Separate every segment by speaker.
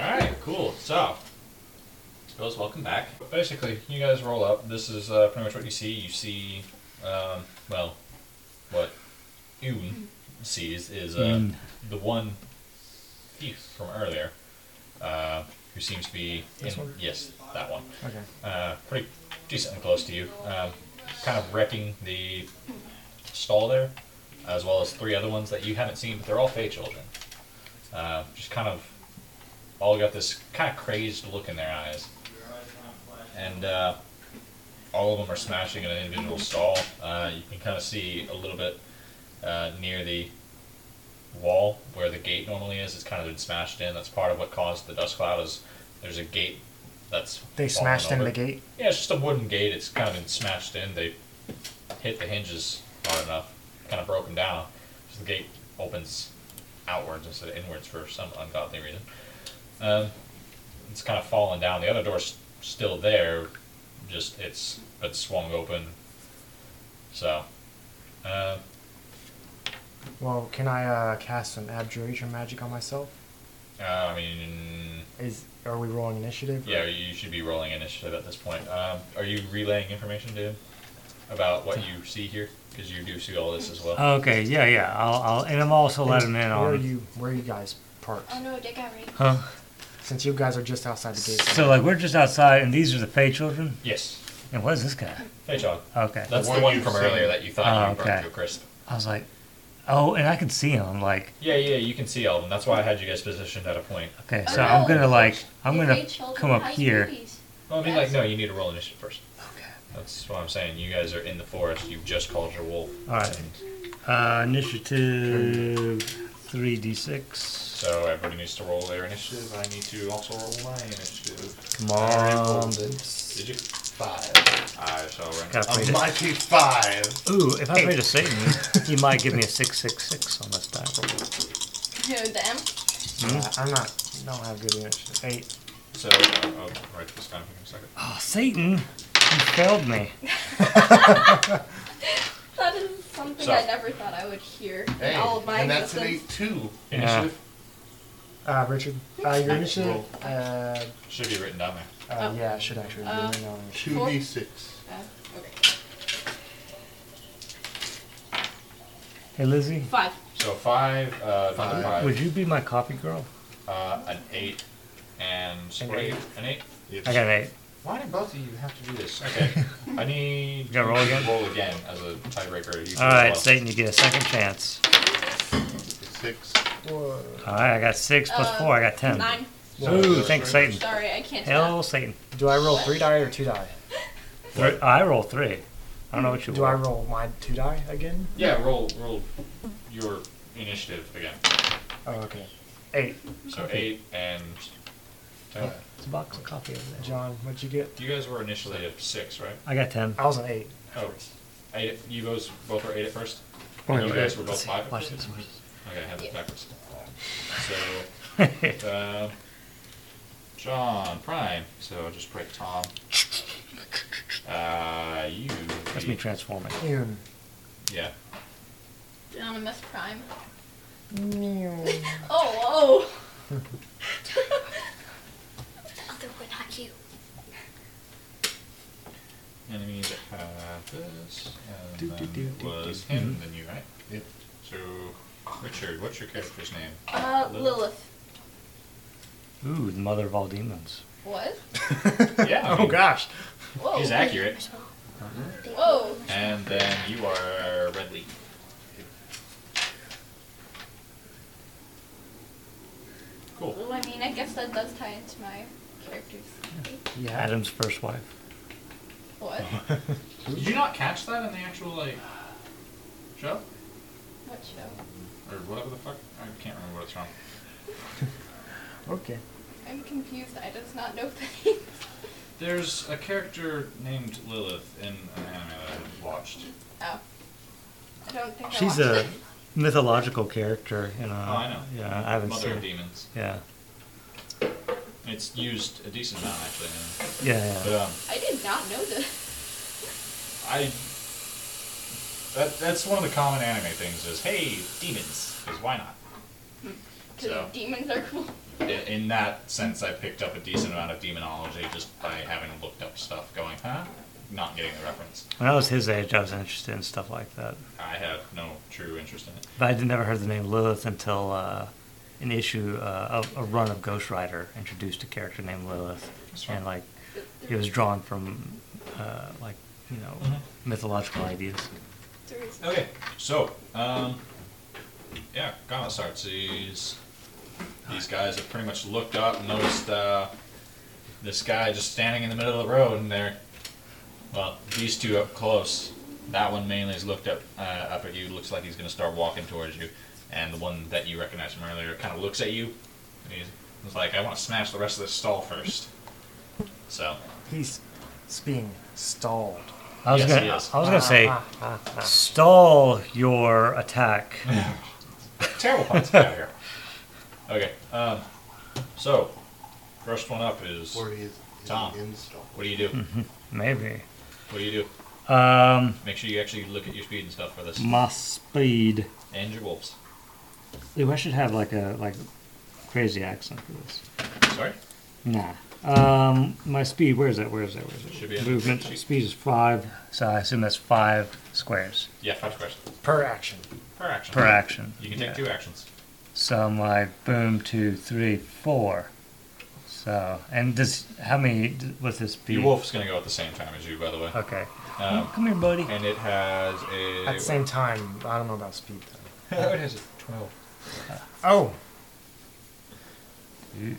Speaker 1: All right, cool. So, Rose, welcome back. Basically, you guys roll up. This is uh, pretty much what you see. You see, um, well, what Ewan sees is uh,
Speaker 2: Mm.
Speaker 1: the one thief from earlier, uh, who seems to be
Speaker 2: This
Speaker 1: in-
Speaker 2: one?
Speaker 1: yes, that one,
Speaker 2: Okay.
Speaker 1: uh, pretty decently close to you, um, kind of wrecking the stall there, as well as three other ones that you haven't seen, but they're all Fey children. Uh, just kind of all got this kind of crazed look in their eyes, and uh, all of them are smashing at an individual stall. Uh, you can kind of see a little bit uh, near the wall where the gate normally is. It's kind of been smashed in. That's part of what caused the dust cloud. Is there's a gate that's
Speaker 2: They
Speaker 1: fallen
Speaker 2: smashed in
Speaker 1: over.
Speaker 2: the gate.
Speaker 1: Yeah, it's just a wooden gate. It's kind of been smashed in. They hit the hinges hard enough, kind of broke them down. So the gate opens outwards instead of inwards for some ungodly reason. Um, it's kind of fallen down. The other door's still there, just it's it's swung open. So, uh,
Speaker 2: Well, can I uh, cast some abjuration magic on myself?
Speaker 1: uh, I mean,
Speaker 2: Is are we rolling initiative?
Speaker 1: yeah, you should be rolling initiative at this point. Um, are you relaying information, dude, about what you see here? Because you do see all this as well.
Speaker 3: Okay, yeah, yeah. I'll, I'll and I'm also letting in
Speaker 2: where Are
Speaker 3: on.
Speaker 2: you where are you guys parked?
Speaker 4: Oh no, they got raped.
Speaker 3: Huh?
Speaker 2: Since you guys are just outside the gate.
Speaker 3: So like we're just outside, and these are the Fey children.
Speaker 1: Yes.
Speaker 3: And what is this guy?
Speaker 1: Hey, John.
Speaker 3: Okay.
Speaker 1: That's the
Speaker 5: one
Speaker 1: one
Speaker 5: you
Speaker 1: from
Speaker 5: seen.
Speaker 1: earlier that you thought
Speaker 3: Oh,
Speaker 1: you burned
Speaker 3: okay.
Speaker 1: to a crisp.
Speaker 3: I was like, oh, and I could see him. I'm like,
Speaker 1: Yeah, yeah, you can see all of them. That's why I had you guys positioned at a point.
Speaker 3: okay,
Speaker 4: Oh,
Speaker 3: so I'm
Speaker 4: no.
Speaker 3: gonna like, I'm
Speaker 4: They
Speaker 3: gonna
Speaker 4: raped children
Speaker 3: come
Speaker 4: in
Speaker 3: up
Speaker 4: high
Speaker 3: here.
Speaker 4: schools.
Speaker 1: Well, I mean, like, no, you need to roll initiative first.
Speaker 3: Okay.
Speaker 1: That's what I'm saying. You guys are in the forest. You just called your wolf.
Speaker 3: All right.
Speaker 1: And
Speaker 3: Uh, initiative three d six.
Speaker 1: so everybody needs to roll their initiative. I need to also roll my initiative.
Speaker 2: Come
Speaker 5: on.
Speaker 1: Did you?
Speaker 5: Five.
Speaker 1: I shall Oh, run.
Speaker 3: Gotta play
Speaker 5: A
Speaker 3: to,
Speaker 5: mighty five.
Speaker 3: ooh, if I play to Satan, he might give me a six six six on this die roll.
Speaker 4: Who them?
Speaker 3: Hmm?
Speaker 2: I'm not. Don't have good initiative. Eight.
Speaker 1: So, oh, right this time for a second.
Speaker 3: Oh, Satan, you failed me.
Speaker 4: That is something
Speaker 1: So-
Speaker 4: I never thought I would hear
Speaker 5: Hey,
Speaker 4: in all of my
Speaker 5: and that's an
Speaker 4: existence.
Speaker 5: eight two.
Speaker 1: Initiative
Speaker 2: Uh, Richard, uh, your initiative. Uh, uh,
Speaker 1: should be written down there.
Speaker 4: Oh.
Speaker 2: Yeah, I should actually. be
Speaker 4: Uh,
Speaker 2: in on it.
Speaker 5: Two D six.
Speaker 4: Uh, okay.
Speaker 3: Hey Lizzie,
Speaker 4: Five.
Speaker 1: So five, uh, another
Speaker 5: Five.
Speaker 3: would you be my coffee girl?
Speaker 1: uh, an eight, and Sprite, an eight.
Speaker 5: Yes.
Speaker 3: I got an eight.
Speaker 1: Why do both of you have to do this? Okay. I need
Speaker 3: You gotta roll again?
Speaker 1: Roll again as a tiebreaker. You
Speaker 3: All right,
Speaker 1: say
Speaker 3: Satan, you get a second chance.
Speaker 5: Six.
Speaker 2: Whoa.
Speaker 3: All right, I got six plus
Speaker 4: Uh,
Speaker 3: four. I got ten.
Speaker 4: Nine.
Speaker 3: Ooh,
Speaker 5: That's
Speaker 3: thanks,
Speaker 5: right.
Speaker 3: Satan.
Speaker 4: Sorry, I can't tell.
Speaker 3: Hell, Satan.
Speaker 2: Do I roll three die or two die?
Speaker 3: Three, I roll three. I don't know what you
Speaker 2: Do I roll my two die again?
Speaker 1: Yeah, roll roll your initiative again.
Speaker 2: Oh, okay. Eight.
Speaker 1: So eight and ten.
Speaker 3: It's a box of coffee over there.
Speaker 2: John, what'd you get?
Speaker 1: You guys were initially at six, right?
Speaker 3: I got ten.
Speaker 2: I was an eight.
Speaker 1: Oh, eight. You guys both were eight at first.
Speaker 3: Wait,
Speaker 1: you
Speaker 3: wait,
Speaker 1: guys were both
Speaker 3: let's see.
Speaker 1: five. At
Speaker 3: Watch
Speaker 1: first?
Speaker 3: this, watch
Speaker 1: Okay, I have it
Speaker 4: Yeah.
Speaker 1: backwards. So, uh, John Prime. So just break Tom. Uh, you.
Speaker 3: That's me transforming.
Speaker 2: Ewan.
Speaker 1: Yeah.
Speaker 4: Anonymous Prime.
Speaker 2: Meow.
Speaker 4: Oh,
Speaker 6: Other one, not you.
Speaker 1: enemies that have this, and
Speaker 2: Do, do,
Speaker 1: then
Speaker 2: do,
Speaker 1: it
Speaker 2: do,
Speaker 1: was
Speaker 2: do.
Speaker 1: him, then you, right?
Speaker 5: Yep.
Speaker 1: So, Richard, what's your character's name?
Speaker 4: oh. Uh,
Speaker 1: Lilith.
Speaker 4: Lilith.
Speaker 3: Ooh, the mother of all demons.
Speaker 4: What?
Speaker 1: Yeah.
Speaker 2: Oh gosh.
Speaker 4: Whoa.
Speaker 1: He's accurate.
Speaker 4: Whoa.
Speaker 1: And then you are Red Lee. Cool.
Speaker 4: Well, I mean, I guess that does tie into my character's.
Speaker 2: Yeah.
Speaker 3: Adam's first wife.
Speaker 4: What?
Speaker 1: Did you not catch that in the actual, like, show?
Speaker 4: What show?
Speaker 1: Or whatever the fuck? I can't remember what it's from.
Speaker 2: Okay.
Speaker 4: I'm confused. I does not know things.
Speaker 1: There's a character named Lilith in an anime that I watched.
Speaker 4: Oh. I don't think
Speaker 3: She's
Speaker 4: I watched
Speaker 3: a
Speaker 4: it.
Speaker 3: mythological character. You know.
Speaker 1: Oh, I know.
Speaker 3: Yeah, I haven't
Speaker 1: Mother
Speaker 3: seen.
Speaker 1: of
Speaker 3: it.
Speaker 1: Demons.
Speaker 3: Yeah.
Speaker 1: It's used a decent amount, actually. in-
Speaker 3: Yeah,
Speaker 1: But,
Speaker 3: yeah.
Speaker 1: um,
Speaker 4: I did not know this.
Speaker 1: I. That, that's one of the common anime things is, hey, demons, because why not? So-
Speaker 4: demons are cool.
Speaker 1: In, in that sense, I picked up a decent amount of demonology just by having looked up stuff, going, huh? Not getting the reference.
Speaker 3: When I was his age, I was interested in stuff like that.
Speaker 1: I had no true interest in it.
Speaker 3: But I'd never heard the name Lilith until uh, an issue, uh, a, a run of Ghost Rider introduced a character named Lilith,
Speaker 1: That's right.
Speaker 3: and like it was drawn from uh, like you know
Speaker 1: Mhm.
Speaker 3: mythological ideas.
Speaker 4: Seriously.
Speaker 1: Okay, so, um, yeah, Gomisarts, these, these guys have pretty much looked up and noticed uh, this guy just standing in the middle of the road, and they're, well, these two up close. That one mainly is looked up uh, up at you, looks like he's going to start walking towards you, and the one that you recognize from earlier kind of looks at you. and He's, he's like, I want to smash the rest of this stall first. So,
Speaker 2: He's s- being stalled.
Speaker 3: I was
Speaker 1: Yes,
Speaker 3: gonna,
Speaker 1: he is.
Speaker 3: I was gonna say,
Speaker 2: Ah, ah, ah.
Speaker 3: stall your attack.
Speaker 1: terrible puns Get out of here. Okay, um, so, first one up is.
Speaker 5: Or is
Speaker 1: Tom.
Speaker 5: install.
Speaker 1: What do you do?
Speaker 3: Mm-hmm. Maybe.
Speaker 1: What do you do?
Speaker 3: Um,
Speaker 1: Make sure you actually look at your speed and stuff for this.
Speaker 3: my speed.
Speaker 1: And your wolves.
Speaker 3: Ooh, I should have like a like crazy accent for this.
Speaker 1: Sorry?
Speaker 3: Nah. Um, my speed. Where is that? Where is that? Where is it?
Speaker 1: Should be on the
Speaker 3: Movement
Speaker 1: sheet.
Speaker 3: speed is five, so I assume that's five squares
Speaker 1: Yeah, five squares.
Speaker 2: Per action.
Speaker 1: Per action.
Speaker 3: per action.
Speaker 1: You can take
Speaker 3: Yeah.
Speaker 1: two actions.
Speaker 3: So I'm like, boom, two, three, four. So and this, how many? d- What's this speed?
Speaker 1: Your wolf's going to go at the same time as you, by the way.
Speaker 3: Okay.
Speaker 1: Um,
Speaker 3: Come here, buddy.
Speaker 1: and it has a.
Speaker 2: At the same time, I don't know about speed though.
Speaker 1: it has a 12.
Speaker 2: Oh,
Speaker 3: Dude.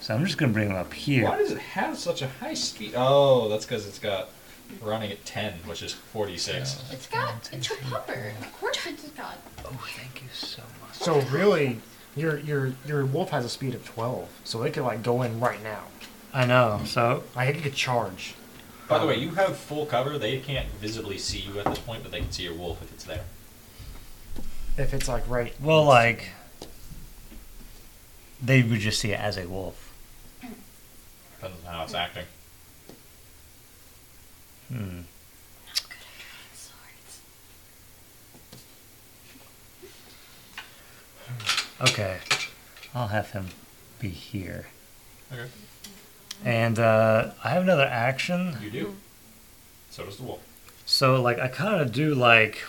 Speaker 3: So I'm just gonna bring him up here.
Speaker 1: Why does it have such a high speed? Oh, that's because it's got running at 10, which is 46.
Speaker 4: It's got. It's a pupper. Of course, it's got.
Speaker 3: Oh, thank you so much.
Speaker 2: so really, your your your wolf has a speed of twelve, so it could like go in right now.
Speaker 3: I know. So
Speaker 2: Like it could charge.
Speaker 1: By the way, you have full cover. They can't visibly see you at this point, but they can see your wolf if it's there.
Speaker 2: If it's like right,
Speaker 3: well, like they would just see it as a wolf.
Speaker 1: Depends on how it's acting.
Speaker 3: Hmm.
Speaker 6: Swords.
Speaker 3: Okay. I'll have him be here.
Speaker 1: Okay.
Speaker 3: And uh, I have another action.
Speaker 1: You do. So does the wolf.
Speaker 3: So like I kind of do like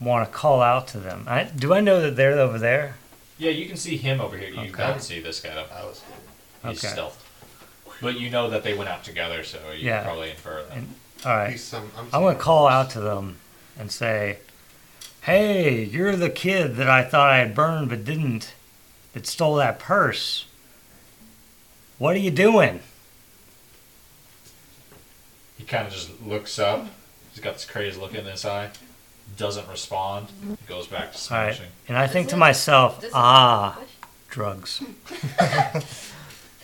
Speaker 3: want to call out to them. I do I know that they're over there?
Speaker 1: Yeah, you can see him over here. You
Speaker 3: Okay.
Speaker 1: don't see this guy. though.
Speaker 5: I was
Speaker 1: He's
Speaker 3: Okay.
Speaker 1: stealthed. But you know that they went out together, so you
Speaker 3: Yeah.
Speaker 1: can probably infer that.
Speaker 3: And- All right.
Speaker 5: He's some. I'm,
Speaker 3: I'm gonna call out to them and say, "Hey, you're the kid that I thought I had burned but didn't. That stole that purse. What are you doing?"
Speaker 1: He kind of just looks up. He's got this crazy look in his eye. Doesn't respond. He goes back to
Speaker 3: All right.
Speaker 1: smashing.
Speaker 3: And I think to
Speaker 4: Does it-
Speaker 3: myself,
Speaker 4: does it-
Speaker 3: "Ah, drugs.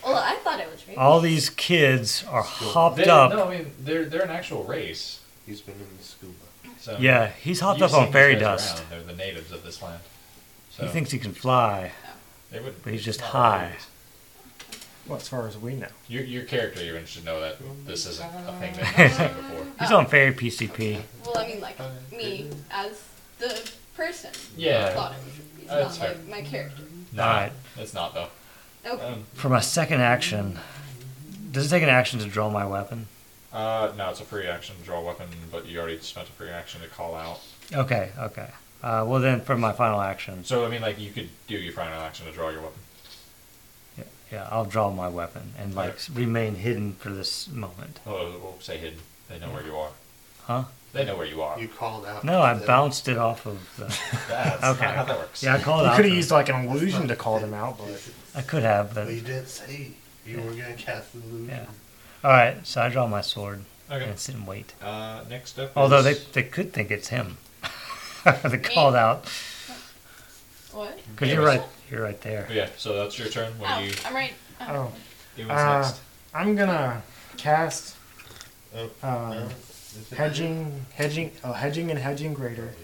Speaker 4: Well, I thought it was right.
Speaker 3: All these kids are hopped
Speaker 1: They-
Speaker 3: up.
Speaker 1: No, I mean they're they're an actual race.
Speaker 5: He's been in the scuba.
Speaker 1: So
Speaker 3: Yeah, he's hopped
Speaker 1: you've
Speaker 3: up on
Speaker 1: seen
Speaker 3: fairy
Speaker 1: these guys
Speaker 3: dust.
Speaker 1: around. They're the natives of this land. So
Speaker 3: He thinks he can fly.
Speaker 1: they wouldn't-
Speaker 3: but he's just
Speaker 1: not
Speaker 3: high.
Speaker 1: natives.
Speaker 2: well, as far as we know.
Speaker 1: Your, your character, you're should know that this isn't a thing that he's seen before.
Speaker 3: He's
Speaker 4: Oh.
Speaker 3: on fairy PCP.
Speaker 4: Well, I mean, like me as the person.
Speaker 1: Yeah.
Speaker 4: Thought it was. It's
Speaker 1: Uh, that's
Speaker 4: not
Speaker 1: fair.
Speaker 4: like my character. Oh,
Speaker 1: No,
Speaker 3: Alright.
Speaker 1: it's not though.
Speaker 4: Okay.
Speaker 1: Um,
Speaker 3: For my second action, does it take an action to draw my weapon?
Speaker 1: Uh, no, it's a free action to draw a weapon, but you already spent a free action to call out.
Speaker 3: Okay, okay. Uh, well, then for my final action,
Speaker 1: So I mean, like you could do your final action to draw your weapon.
Speaker 3: yeah, yeah, I'll draw my weapon and like
Speaker 1: Okay.
Speaker 3: s- remain hidden for this moment.
Speaker 1: Oh, we'll say hidden. They know where you are.
Speaker 3: Huh?
Speaker 1: They know where you are.
Speaker 5: You called out.
Speaker 3: No, I
Speaker 5: to them.
Speaker 3: bounced it off of the.
Speaker 1: That's
Speaker 3: Okay.
Speaker 1: not how that works.
Speaker 3: Yeah, I called
Speaker 2: You
Speaker 3: out.
Speaker 2: could have
Speaker 3: to-
Speaker 2: used like an illusion to call them out, but
Speaker 3: I could have, but
Speaker 5: But you didn't say you were gonna cast the illusion.
Speaker 3: yeah. All right, so I draw my sword
Speaker 1: Okay.
Speaker 3: and sit and wait.
Speaker 1: Uh, next up.
Speaker 3: Although they
Speaker 1: is-
Speaker 3: they could think it's him. they called out
Speaker 4: What?
Speaker 3: because you're right. You're right there.
Speaker 1: Yeah. So that's your turn. What
Speaker 4: Oh,
Speaker 1: do you
Speaker 4: I'm right.
Speaker 2: oh,
Speaker 1: do what's
Speaker 2: uh,
Speaker 1: next?
Speaker 2: I'm gonna cast
Speaker 5: Oh,
Speaker 2: um,
Speaker 5: no, is it-
Speaker 2: hedging, hedging, oh, hedging and hedging greater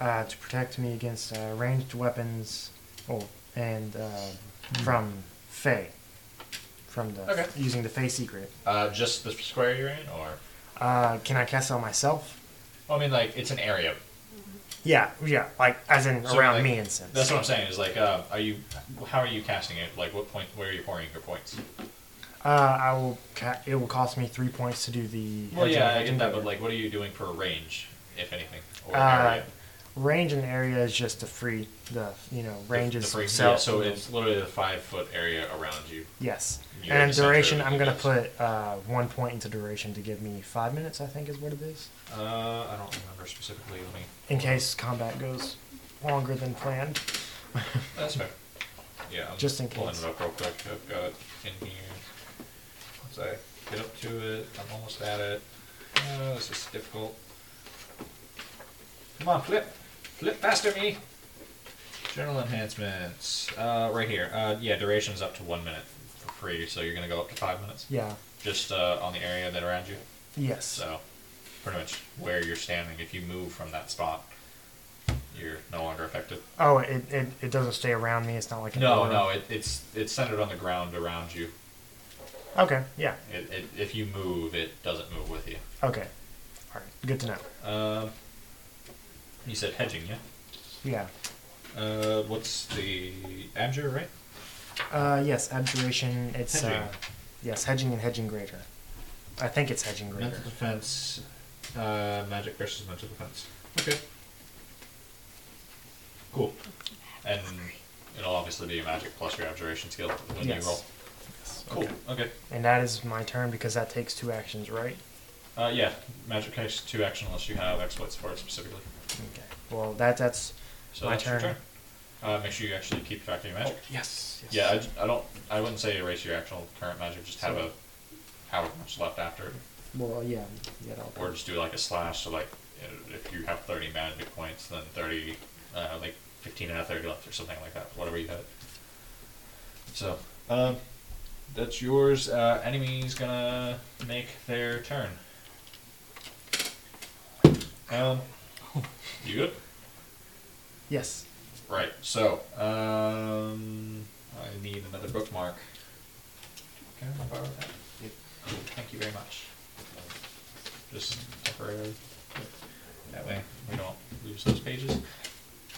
Speaker 2: uh, to protect me against uh, ranged weapons, oh, and uh,
Speaker 1: Hmm.
Speaker 2: from Fey, from the
Speaker 1: Okay.
Speaker 2: using the Fey secret.
Speaker 1: Uh, just the square you're in, or
Speaker 2: Uh, can I cast it on myself?
Speaker 1: well, I mean, like it's an area.
Speaker 2: Yeah, yeah, like as in
Speaker 1: So,
Speaker 2: around
Speaker 1: like,
Speaker 2: me and stuff.
Speaker 1: That's what I'm saying. Is like, uh, are you? How are you casting it? Like, what point? Where are you pouring your points?
Speaker 2: Uh, I will. Ca- it will cost me three points to do the.
Speaker 1: Well,
Speaker 2: hedging
Speaker 1: yeah, I
Speaker 2: hedging
Speaker 1: get that,
Speaker 2: grader.
Speaker 1: but like, what are you doing for a range, if anything, or
Speaker 2: Uh,
Speaker 1: area?
Speaker 2: range and area is just the free the you know
Speaker 1: The-
Speaker 2: ranges
Speaker 1: the free-
Speaker 2: itself.
Speaker 1: yeah, so it's literally the five foot area around you.
Speaker 2: yes.
Speaker 1: you
Speaker 2: And
Speaker 1: have the center
Speaker 2: duration,
Speaker 1: of
Speaker 2: I'm
Speaker 1: the
Speaker 2: gonna
Speaker 1: guys.
Speaker 2: put uh, one point into duration to give me five minutes. I think is what it is.
Speaker 1: Uh, I don't remember specifically. Let me.
Speaker 2: In case combat goes longer than planned.
Speaker 1: That's fair. Yeah, I'm
Speaker 2: Just in
Speaker 1: pulling
Speaker 2: case.
Speaker 1: it up real quick. I've got it in here. Once I get up to it, I'm almost at it. Uh, this is difficult. Come on, flip, flip faster, me. General enhancements, uh, right here. Uh, yeah, duration's up to one minute for free, so you're gonna go up to five minutes.
Speaker 2: Yeah.
Speaker 1: Just uh, on the area that around you.
Speaker 2: Yes.
Speaker 1: So, pretty much where you're standing. If you move from that spot, you're no longer affected.
Speaker 2: Oh, it, it, it doesn't stay around me. It's not like an
Speaker 1: No,
Speaker 2: aura.
Speaker 1: no, it, it's it's centered on the ground around you.
Speaker 2: Okay. Yeah.
Speaker 1: It, it, if you move, it doesn't move with you.
Speaker 2: Okay. All right. Good to know.
Speaker 1: Um, you said hedging, yeah.
Speaker 2: Yeah.
Speaker 1: Uh, what's the abjure, right?
Speaker 2: Uh, yes. Abjuration. It's uh,
Speaker 1: Hedging.
Speaker 2: yes. Hedging and hedging greater. I think it's hedging greater.
Speaker 1: Mental defense, uh, magic versus mental defense. Okay. Cool. And it'll obviously be a magic plus your abjuration skill when
Speaker 2: Yes.
Speaker 1: you roll. Cool. Okay.
Speaker 2: And that is my turn because that takes two actions, right?
Speaker 1: Uh, yeah, magic takes two action unless you have exploits for it specifically.
Speaker 2: Okay. Well, that that's
Speaker 1: So
Speaker 2: My
Speaker 1: that's your
Speaker 2: turn. Oh,
Speaker 1: turn. Uh, make sure you actually keep track of your magic.
Speaker 2: yes.
Speaker 1: Yeah, I j- I, don't. I wouldn't say erase your actual current magic. Just have
Speaker 2: So-
Speaker 1: a however much left after, it.
Speaker 2: Well, yeah. Yeah. that'll
Speaker 1: or
Speaker 2: work.
Speaker 1: just do like a slash. So like, uh, if you have thirty magic points, then thirty, uh, like fifteen out of thirty left, or something like that. Whatever you have. So, um, that's yours. Uh, enemy's gonna make their turn. Um, you good?
Speaker 2: Yes.
Speaker 1: Right. So, um, I need another bookmark. Can I borrow that?
Speaker 5: Yep.
Speaker 1: Cool, Thank you very much. Just temporarily. That way we don't lose those pages.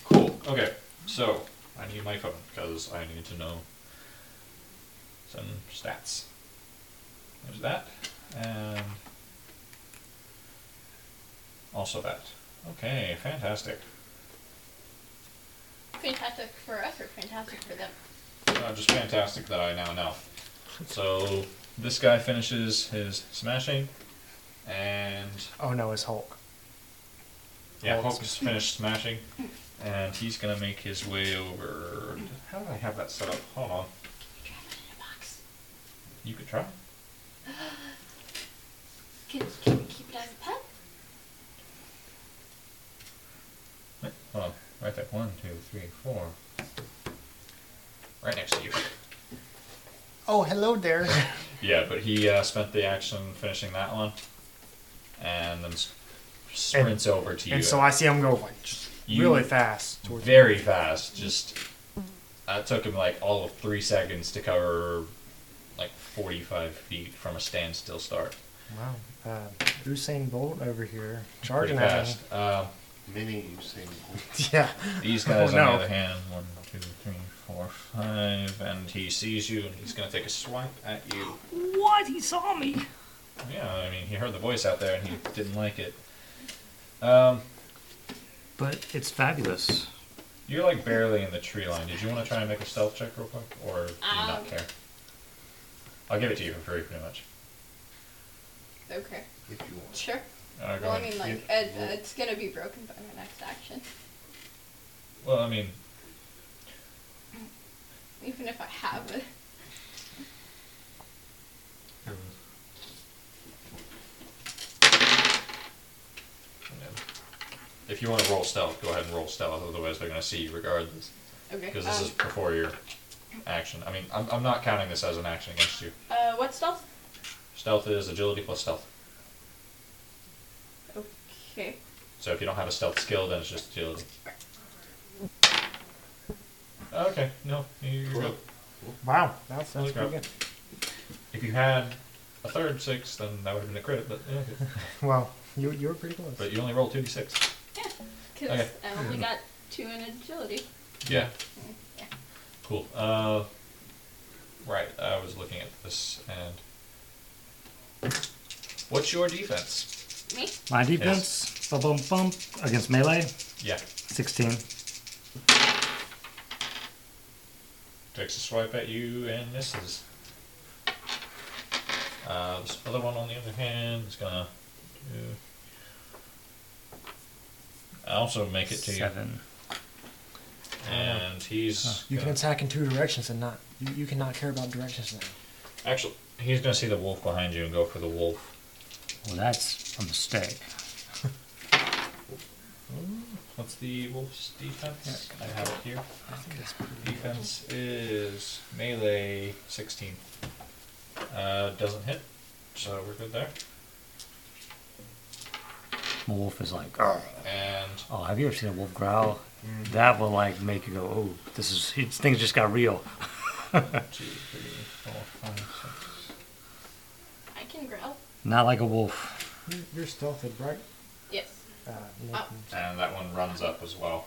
Speaker 1: Cool. Okay. So I need my phone because I need to know some stats. There's that, and also that. Okay. Fantastic.
Speaker 4: Fantastic for us or fantastic for them?
Speaker 1: Uh, just fantastic that I now know. So this guy finishes his smashing, and
Speaker 2: Oh no, it's Hulk.
Speaker 1: yeah,
Speaker 2: Hulk's-
Speaker 1: Hulk's finished smashing, and he's gonna make his way over. How did I have that set up? Hold on,
Speaker 4: You have it in a box.
Speaker 1: you could try.
Speaker 4: Can, can we keep it as a pet?
Speaker 1: Right- Hold on, right there. One, two, three, four. Right next to you.
Speaker 2: Oh, hello there.
Speaker 1: Yeah, but he uh, spent the action finishing that one, and then s- sprints over to you.
Speaker 2: and so I see him go like,
Speaker 1: You-
Speaker 2: really fast towards me.
Speaker 1: very fast. Just that took him like all of three seconds to cover like 45 feet from a standstill start.
Speaker 2: Wow. Uh, Usain Bolt over here
Speaker 1: Pretty
Speaker 2: charging at me.
Speaker 1: fast. Uh,
Speaker 5: Many you've seen.
Speaker 2: Yeah.
Speaker 1: these guys,
Speaker 2: Oh, no.
Speaker 1: on the other hand, one, two, three, four, five, and he sees you and he's gonna take a swipe at you.
Speaker 3: What? He saw me.
Speaker 1: Yeah, I mean, he heard the voice out there and he didn't like it. Um,
Speaker 3: But it's fabulous.
Speaker 1: you're like barely in the tree line. Did you want to try and make a stealth check real quick, or do you
Speaker 4: Um.
Speaker 1: not care? I'll give it to you for free, pretty much.
Speaker 4: Okay,
Speaker 5: If you want.
Speaker 4: sure.
Speaker 1: Uh, go
Speaker 4: Well, I
Speaker 1: ahead.
Speaker 4: mean, like, it, it's gonna be broken by my next action.
Speaker 1: well, I mean,
Speaker 4: Even if I have it.
Speaker 1: If you want to roll stealth, go ahead and roll stealth. Otherwise, they're going to see you regardless.
Speaker 4: Okay.
Speaker 1: Because this
Speaker 4: um,
Speaker 1: is before your action. I mean, I'm, I'm not counting this as an action against you.
Speaker 4: Uh, what stealth?
Speaker 1: Stealth is agility plus stealth.
Speaker 4: Okay.
Speaker 1: So if you don't have a stealth skill, then it's just agility. Okay, no, you're good.
Speaker 2: Wow. That
Speaker 1: Holy
Speaker 2: sounds
Speaker 1: crap.
Speaker 2: pretty good.
Speaker 1: If you had a third six, then that would have been a crit, but yeah, okay.
Speaker 2: Well, you you were pretty close.
Speaker 1: But you only roll 2d6.
Speaker 4: Yeah. because
Speaker 1: Okay.
Speaker 4: I only got two in agility.
Speaker 1: Yeah.
Speaker 4: Yeah.
Speaker 1: Cool. Uh, right. I was looking at this and. What's your defense?
Speaker 4: Me?
Speaker 3: My defense, bum bum bum, against melee,
Speaker 1: Yeah.
Speaker 3: 16.
Speaker 1: Takes a swipe at you and misses. Uh, this other one, on the other hand, is gonna do. I also make it to
Speaker 3: Seven.
Speaker 1: you, and he's
Speaker 2: You can
Speaker 1: gonna-
Speaker 2: attack in two directions and not. You, you cannot care about directions now.
Speaker 1: actually he's gonna see the wolf behind you and go for the wolf.
Speaker 3: Well, that's a mistake.
Speaker 1: What's the wolf's defense? I have it here. Defense is melee 16. Uh, doesn't hit, so we're good there.
Speaker 3: My wolf is like, "Arr."
Speaker 1: And
Speaker 3: oh, have you ever seen a wolf growl? That will like make you go, oh, this is it's- things just got real.
Speaker 1: two, three, four, five, six.
Speaker 4: I can growl.
Speaker 3: Not like a wolf.
Speaker 2: You- You're stealthed, right?
Speaker 4: Yes.
Speaker 2: Uh,
Speaker 4: Oh.
Speaker 2: Nathan.
Speaker 1: And that one runs up as well,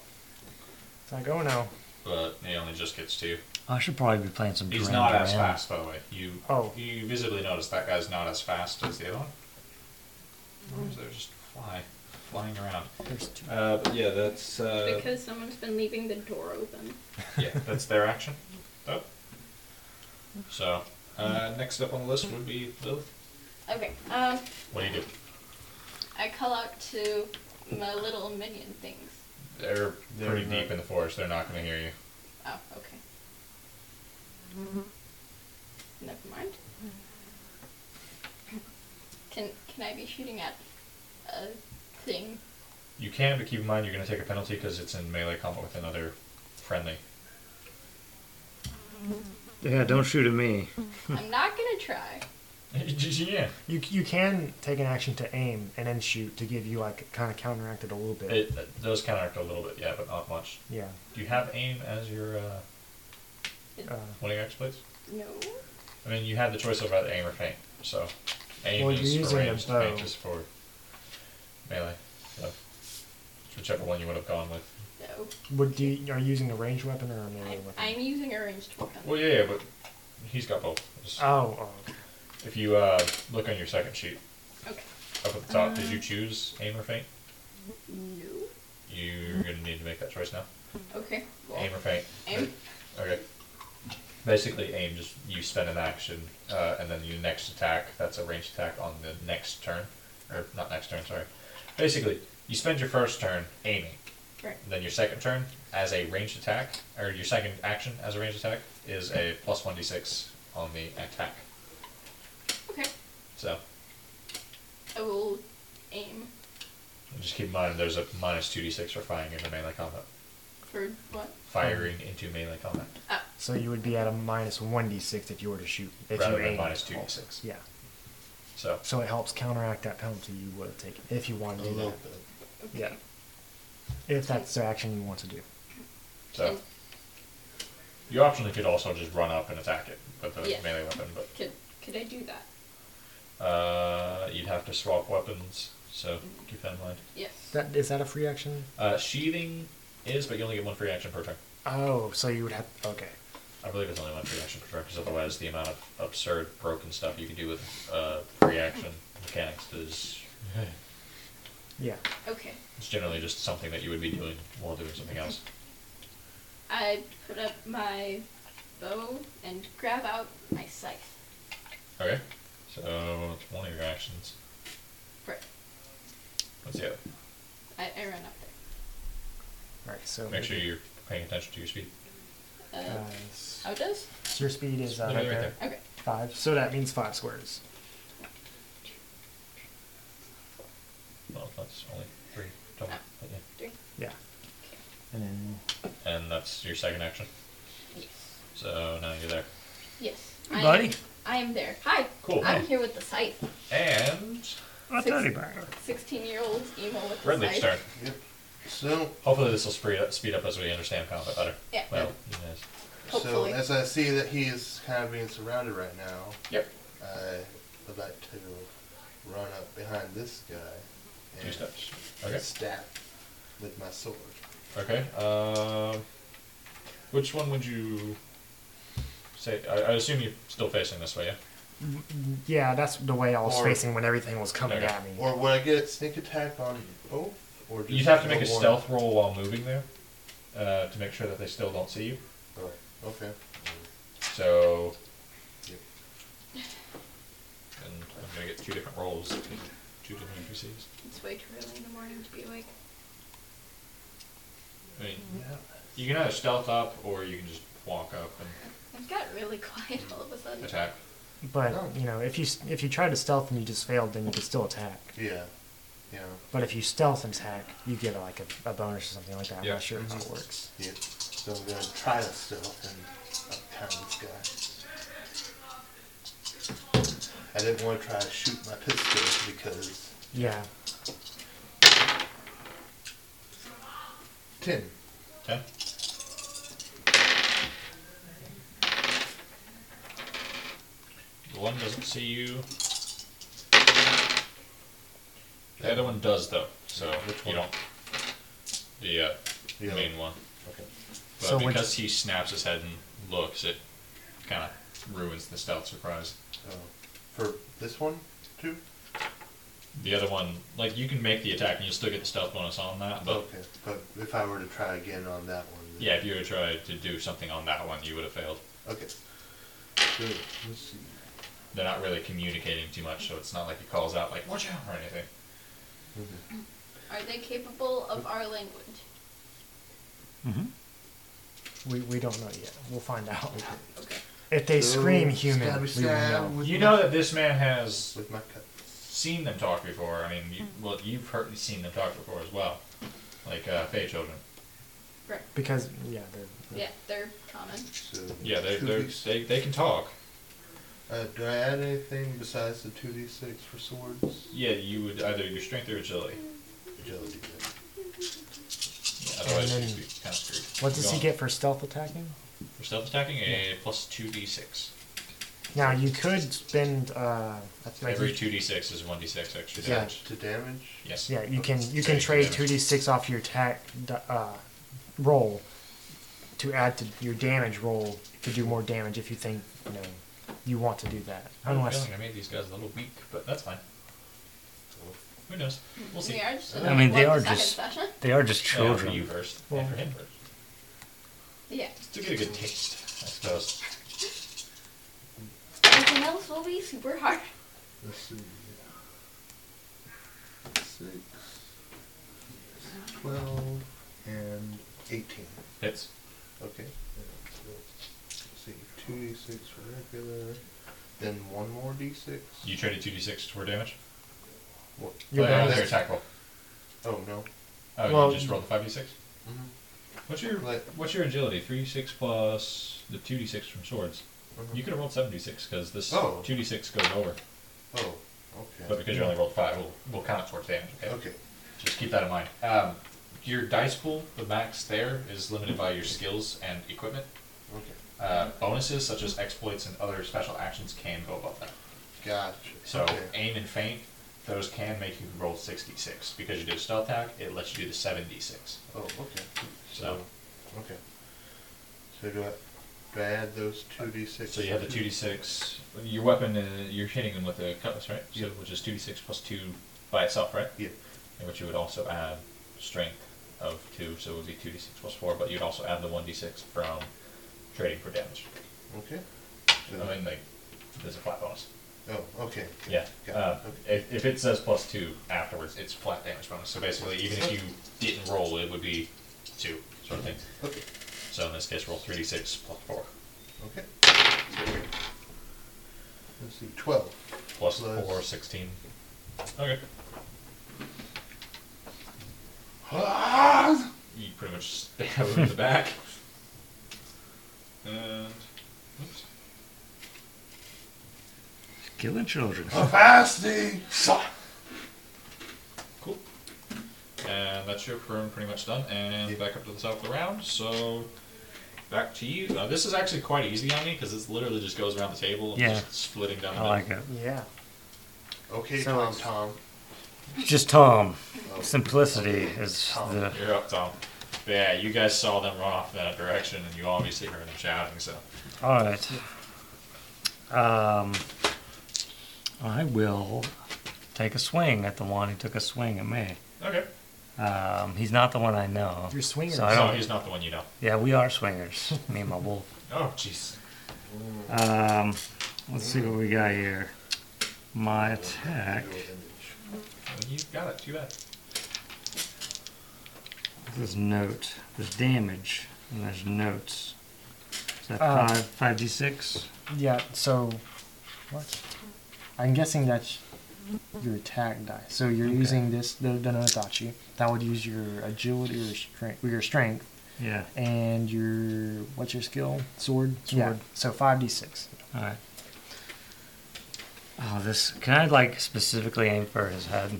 Speaker 2: It's like, oh no.
Speaker 1: but he only just gets two.
Speaker 3: I should probably be playing some.
Speaker 1: He's
Speaker 3: Duran
Speaker 1: not as
Speaker 3: Duran.
Speaker 1: fast, by the way. You
Speaker 2: Oh.
Speaker 1: you visibly notice that guy's not as fast as the other one. So They're just fly, flying around.
Speaker 2: There's two.
Speaker 1: Uh, but yeah, that's uh,
Speaker 4: because someone's been leaving the door open.
Speaker 1: yeah, that's their action. Oh. So, uh, next up on the list would be Lilith.
Speaker 4: Okay. Um,
Speaker 1: What do you do?
Speaker 4: I call out to my little minion things.
Speaker 1: They're
Speaker 5: They're
Speaker 1: pretty
Speaker 5: not-
Speaker 1: deep in the forest. They're not going to hear you.
Speaker 4: Oh, okay. Never mind. Can can I be shooting at a thing?
Speaker 1: You can, but keep in mind you're going to take a penalty because it's in melee combat with another friendly.
Speaker 3: Yeah, don't shoot at me.
Speaker 4: I'm not gonna try.
Speaker 1: yeah.
Speaker 2: You, you can take an action to aim and then shoot to give you like kind of counteracted a little bit.
Speaker 1: It, it does counteract a little bit, yeah, but not much.
Speaker 2: yeah.
Speaker 1: Do you have aim as your uh,
Speaker 2: Uh,
Speaker 1: one of your exploits?
Speaker 4: No.
Speaker 1: I mean, you had the choice of either aim or feint. So, aim
Speaker 2: Well,
Speaker 1: is
Speaker 2: you're
Speaker 1: for
Speaker 2: using a
Speaker 1: ranged, feint
Speaker 2: bow.
Speaker 1: is for melee. So, it's whichever one you would have gone with.
Speaker 4: No.
Speaker 2: would do you, are you using a ranged weapon or a melee
Speaker 4: I,
Speaker 2: weapon?
Speaker 4: I'm using a ranged weapon.
Speaker 1: Well, yeah, yeah, but he's got both. Just-
Speaker 2: oh, oh, okay.
Speaker 1: If you uh, look on your second sheet
Speaker 4: Okay.
Speaker 1: up at the top,
Speaker 2: Uh.
Speaker 1: did you choose aim or feint?
Speaker 4: No.
Speaker 1: You're gonna need to make that choice now.
Speaker 4: Okay. Well,
Speaker 1: Aim or feint.
Speaker 4: aim.
Speaker 1: Okay. Basically, aim just you spend an action, uh, and then your next attack. That's a ranged attack on the next turn, or not next turn. Sorry. Basically, you spend your first turn aiming.
Speaker 4: Right.
Speaker 1: Then your second turn as a ranged attack, or your second action as a ranged attack is a plus one d six on the attack.
Speaker 4: Okay.
Speaker 1: So
Speaker 4: I will aim
Speaker 1: just keep in mind there's a minus two d six for firing into melee combat.
Speaker 4: for what?
Speaker 1: Firing into melee combat
Speaker 2: So you would be at a minus one d six if you were to shoot. If
Speaker 1: rather
Speaker 2: you
Speaker 1: than
Speaker 2: aim.
Speaker 1: minus two d six.
Speaker 2: Yeah.
Speaker 1: So
Speaker 2: So it helps counteract that penalty you would have taken if you
Speaker 5: A
Speaker 2: wanted to do
Speaker 1: Oh.
Speaker 5: little
Speaker 2: that.
Speaker 5: bit.
Speaker 4: Okay.
Speaker 2: Yeah. If that's the action you want to do.
Speaker 1: so. You optionally could also just run up and attack it with a
Speaker 4: Yeah.
Speaker 1: melee weapon, but
Speaker 4: Could could I do that?
Speaker 1: uh, you'd have to swap weapons, so keep that in mind.
Speaker 4: Yes.
Speaker 2: That is that a free action?
Speaker 1: Uh, sheathing is, but you only get one free action per turn.
Speaker 2: Oh, so you would have okay.
Speaker 1: I believe it's only one free action per turn, because otherwise the amount of absurd broken stuff you can do with uh, free action mechanics is
Speaker 2: Yeah.
Speaker 4: okay.
Speaker 1: it's generally just something that you would be doing while doing something else.
Speaker 4: I put up my bow and grab out my scythe.
Speaker 1: Okay, so it's one of your actions.
Speaker 4: Right.
Speaker 1: What's the other?
Speaker 4: I, I run up there.
Speaker 2: All right. So
Speaker 1: Make sure you're paying attention to your speed.
Speaker 2: Uh,
Speaker 4: Uh,
Speaker 2: s-
Speaker 4: how it does?
Speaker 2: so your speed is uh,
Speaker 1: Yeah,
Speaker 2: right
Speaker 1: right
Speaker 2: there.
Speaker 4: Okay.
Speaker 2: Five. So that means five squares.
Speaker 1: Well, that's only three total. but yeah.
Speaker 4: Three.
Speaker 2: Yeah. And then
Speaker 1: And that's your second action.
Speaker 4: Yes.
Speaker 1: So now you're there.
Speaker 4: Yes. I am-
Speaker 3: Buddy?
Speaker 4: I am there. Hi.
Speaker 1: Cool.
Speaker 4: I'm
Speaker 1: Hi.
Speaker 4: here with the scythe.
Speaker 1: And
Speaker 3: I
Speaker 4: Six.
Speaker 3: thought he burned.
Speaker 4: Sixteen-year-old emo with the
Speaker 1: Red
Speaker 4: scythe.
Speaker 1: Leaf's turn.
Speaker 5: Yep. So,
Speaker 1: Hopefully this will speed up, speed up as we understand combat better.
Speaker 4: Yeah.
Speaker 1: Well, you guys.
Speaker 5: so
Speaker 4: Hopefully.
Speaker 5: as I see that he is kind of being surrounded right now,
Speaker 1: Yep.
Speaker 5: I would like to run up behind this guy
Speaker 1: Two
Speaker 5: and
Speaker 1: steps. Okay.
Speaker 5: stab with my sword.
Speaker 1: Okay. Um, which one would you say? I, I assume you're still facing this way, yeah?
Speaker 2: Yeah, that's the way I was
Speaker 5: Or-
Speaker 2: facing when everything was coming
Speaker 1: Okay.
Speaker 2: at me.
Speaker 5: Or would I get sneak attack on both? Or just
Speaker 1: You'd have to make a
Speaker 5: the one?
Speaker 1: stealth roll while moving there uh, to make sure that they still don't see you.
Speaker 5: Oh, okay.
Speaker 1: So.
Speaker 5: Yep.
Speaker 1: And I'm going to get two different rolls, two different NPCs.
Speaker 4: It's way too early in the morning to be awake.
Speaker 1: I mean,
Speaker 5: Yeah.
Speaker 1: you can either stealth up or you can just walk up
Speaker 4: I've got really quiet all of a
Speaker 1: and
Speaker 4: sudden.
Speaker 1: attack.
Speaker 5: Oh.
Speaker 2: But you know, if you s- if you try to stealth and you just failed, then you could still attack.
Speaker 5: Yeah. Yeah.
Speaker 2: But if you stealth and attack, you get like a, a bonus or something like that. I'm
Speaker 1: Yeah.
Speaker 2: not sure how
Speaker 5: Mhm.
Speaker 2: it works.
Speaker 5: Yeah. So I'm gonna try the stealth and uptown this guy. I didn't want to try to shoot my pistol because
Speaker 2: Yeah.
Speaker 5: ten.
Speaker 1: Okay. The one doesn't see you. The other one does, though. So
Speaker 5: Which
Speaker 1: you
Speaker 5: one?
Speaker 1: don't. The, uh,
Speaker 5: The other
Speaker 1: main one.
Speaker 5: Okay.
Speaker 1: But
Speaker 2: So which-
Speaker 1: because he snaps his head and looks, it kind of ruins the stealth surprise.
Speaker 5: Oh. For this one too.
Speaker 1: The other one, like you can make the attack and you'll still get the stealth bonus on that, but
Speaker 5: okay. But if I were to try again on that one. then-
Speaker 1: yeah, if you would tried to do something on that one, you would have failed.
Speaker 5: Okay. Good. Let's see.
Speaker 1: They're not really communicating too much, so it's not like he calls out like "watch out" or anything.
Speaker 4: Are they capable of our language?
Speaker 3: Mm-hmm.
Speaker 2: We, we don't know yet. We'll find out.
Speaker 4: Okay.
Speaker 2: If they
Speaker 5: So,
Speaker 2: scream human,
Speaker 5: stabby
Speaker 2: we will
Speaker 5: stab
Speaker 2: know.
Speaker 5: with
Speaker 1: You
Speaker 5: my-
Speaker 1: know that this man has
Speaker 5: with my cut.
Speaker 1: seen them talk before. I mean, you, well, you've heard seen them talk before as well, like uh, Fey children.
Speaker 4: Right.
Speaker 2: Because yeah, they're,
Speaker 4: Yeah, they're common.
Speaker 5: So
Speaker 1: Yeah, they
Speaker 5: two
Speaker 1: they're,
Speaker 5: D six.
Speaker 1: they they can talk.
Speaker 5: Uh, do I add anything besides the two d six for swords?
Speaker 1: Yeah, you would either your strength or agility.
Speaker 5: Agility. good.
Speaker 1: Yeah, otherwise,
Speaker 2: And
Speaker 1: you'd
Speaker 2: then-
Speaker 1: be kind of screwed.
Speaker 2: What does
Speaker 1: Go
Speaker 2: he
Speaker 1: on.
Speaker 2: get for stealth attacking?
Speaker 1: For stealth attacking, a plus two d six.
Speaker 2: Now you could spend uh, like
Speaker 1: Every
Speaker 2: you-
Speaker 1: two d six is one d six extra
Speaker 5: Is
Speaker 2: Yeah.
Speaker 1: damage.
Speaker 5: that to damage?
Speaker 1: Yes.
Speaker 2: yeah, you can you
Speaker 1: So
Speaker 2: can
Speaker 1: you can
Speaker 2: trade
Speaker 1: damage.
Speaker 2: two d six off your attack d- uh, roll to add to your damage roll to do more damage if you think you know you want to do that.
Speaker 1: I have a
Speaker 2: Unless
Speaker 1: feeling I made these guys a little weak, but that's fine. Who knows? We'll see.
Speaker 4: We are just in
Speaker 3: I
Speaker 4: a
Speaker 3: mean, they
Speaker 4: one
Speaker 3: are
Speaker 4: second
Speaker 3: just-
Speaker 4: session.
Speaker 3: They are just
Speaker 1: Yeah,
Speaker 3: children.
Speaker 1: for you first,
Speaker 2: Well-
Speaker 1: and for him first.
Speaker 4: Yeah.
Speaker 1: Just to get a good taste, I suppose.
Speaker 4: Everything else will be super hard.
Speaker 5: Let's see. Six, twelve, and eighteen.
Speaker 1: Hits.
Speaker 5: Okay. Let's see, two d six for regular, then one more d six.
Speaker 1: You traded two d six for damage.
Speaker 5: What?
Speaker 2: Your
Speaker 1: Uh,
Speaker 2: bonus.
Speaker 1: their attack roll.
Speaker 5: Oh no.
Speaker 1: Oh,
Speaker 2: Well-
Speaker 1: you just rolled the five d six.
Speaker 5: Mhm.
Speaker 1: What's your
Speaker 5: Like-
Speaker 1: What's your agility? Three six plus the two d six from swords.
Speaker 5: Mhm.
Speaker 1: You could have rolled seven d six because this
Speaker 5: Oh.
Speaker 1: two d six goes over,
Speaker 5: Oh.
Speaker 1: but
Speaker 5: Okay.
Speaker 1: because you only rolled five, we'll, we'll count it towards damage. Okay.
Speaker 5: Okay.
Speaker 1: Just keep that in mind. Um, your dice pool, the max there, is limited by your skills and equipment.
Speaker 5: Okay.
Speaker 1: Uh, bonuses such as exploits and other special actions can go above that.
Speaker 5: Gotcha.
Speaker 1: So
Speaker 5: okay.
Speaker 1: aim and feint, those can make you roll 66. Because you did a stealth attack, it lets you do the 7d6.
Speaker 5: Oh, okay.
Speaker 1: So,
Speaker 5: Okay. So do I, do I add those two d six?
Speaker 1: so you have the 2d6. Your weapon, uh, you're hitting them with a cutlass, right? So,
Speaker 5: Yeah.
Speaker 1: which is 2d6 plus 2 by itself, right?
Speaker 5: Yeah.
Speaker 1: And which you would also add strength of 2, so it would be 2d6 plus 4, but you'd also add the 1d6 from trading for damage.
Speaker 5: Okay. So,
Speaker 1: I mean, like, there's a flat bonus.
Speaker 5: oh, okay.
Speaker 1: Yeah.
Speaker 5: Got
Speaker 1: Uh,
Speaker 5: it. Okay.
Speaker 1: if, if it says plus two afterwards, it's flat damage bonus. So basically, even if you didn't roll, it would be two sort of thing.
Speaker 5: Okay.
Speaker 1: So in this case, roll three d six plus four
Speaker 5: Okay. Let's see. Twelve.
Speaker 1: plus,
Speaker 5: Plus-
Speaker 1: four, 16. Okay.
Speaker 5: Ah!
Speaker 1: You pretty much stab him in the back. And oops.
Speaker 3: Killing children.
Speaker 5: Capacity. Shot.
Speaker 1: Cool. And that's your turn pretty much done. And back up to the top of the round. So back to you. Uh, this is actually quite easy on me because it literally just goes around the table and
Speaker 3: Yeah.
Speaker 1: just splitting down the
Speaker 3: I
Speaker 1: middle.
Speaker 3: like it.
Speaker 2: yeah,
Speaker 5: Okay,
Speaker 2: So
Speaker 5: Tom.
Speaker 2: it's-
Speaker 5: Tom.
Speaker 3: Just Tom. Simplicity is the.
Speaker 1: You're up, Tom. But yeah, you guys saw them run off in that direction, and you obviously heard them shouting. So
Speaker 3: All right. Um, I will take a swing at the one who took a swing at me.
Speaker 1: okay,
Speaker 3: Um, he's not the one I know.
Speaker 2: You're swingers.
Speaker 3: So I
Speaker 1: so
Speaker 3: don't.
Speaker 1: he's not the one you know.
Speaker 3: Yeah, we are swingers. me and my wolf.
Speaker 1: Oh, jeez.
Speaker 3: Um, let's see what we got here. My attack.
Speaker 1: Well, You got it. Too bad.
Speaker 3: There's note. There's damage. And there's notes. Is that
Speaker 2: Uh,
Speaker 3: five five d six?
Speaker 2: Yeah, so what? I'm guessing that's your attack die. So you're
Speaker 3: Okay.
Speaker 2: using this the Donodachi. That would use your agility or strength, your strength,
Speaker 3: Yeah.
Speaker 2: and your what's your skill? Sword. Yeah.
Speaker 3: Sword.
Speaker 2: So five d six.
Speaker 3: All right. Oh, this. Can I like specifically aim for his head?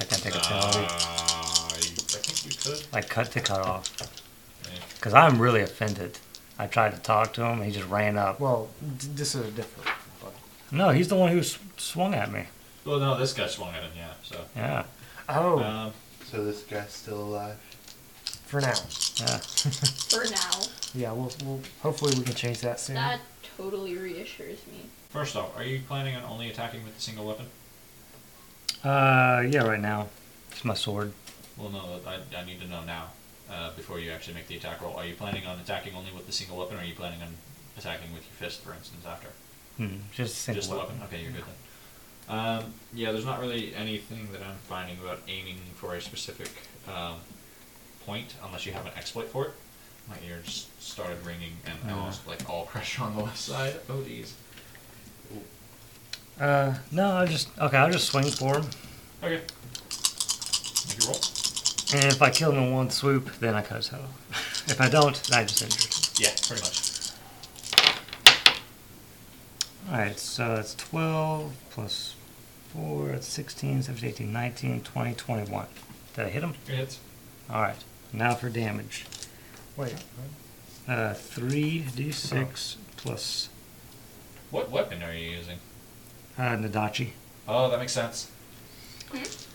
Speaker 3: I can take a penalty.
Speaker 1: Uh, you- I think you could.
Speaker 3: like cut to cut off.
Speaker 1: Yeah.
Speaker 3: Because I'm really offended. I tried to talk to him. He just ran up.
Speaker 2: Well, d- this is a different. But,
Speaker 3: No, he's the one who s- swung at me.
Speaker 1: Well, no, this guy swung at him. Yeah. So.
Speaker 3: Yeah.
Speaker 2: oh,
Speaker 1: Um,
Speaker 5: So this guy's still alive.
Speaker 2: for now.
Speaker 3: Yeah.
Speaker 4: For now.
Speaker 2: Yeah, we'll, we'll hopefully we can change that soon.
Speaker 4: That totally reassures me.
Speaker 1: first off, are you planning on only attacking with a single weapon?
Speaker 3: Uh, yeah. Right now, it's my sword.
Speaker 1: Well, no, I, I need to know now, uh, before you actually make the attack roll. Are you planning on attacking only with the single weapon, or are you planning on attacking with your fist, for instance, after?
Speaker 3: Hmm, just a single
Speaker 1: Just the weapon? Okay, you're good then. Um, yeah, there's not really anything that I'm finding about aiming for a specific um, point, unless you have an exploit for it. My ear just started ringing, and I
Speaker 3: Uh.
Speaker 1: lost like all pressure on the left side. Oh, jeez.
Speaker 3: Uh, no, I just okay. I'll just swing for him,
Speaker 1: Okay. Make your roll.
Speaker 3: and if I kill him in one swoop, then I cut his head off. if I don't, then I just injured. him.
Speaker 1: Yeah, pretty much.
Speaker 3: All right, so that's 12 plus 4, that's 16, 17, 18, 19, 20, 21. Did I hit him?
Speaker 1: Your hits.
Speaker 3: All right, now for damage.
Speaker 2: Wait,
Speaker 3: Uh, 3d6 plus
Speaker 1: What weapon are you using?
Speaker 3: uh, Nadachi.
Speaker 1: Oh, that makes sense. It's a Nadashi.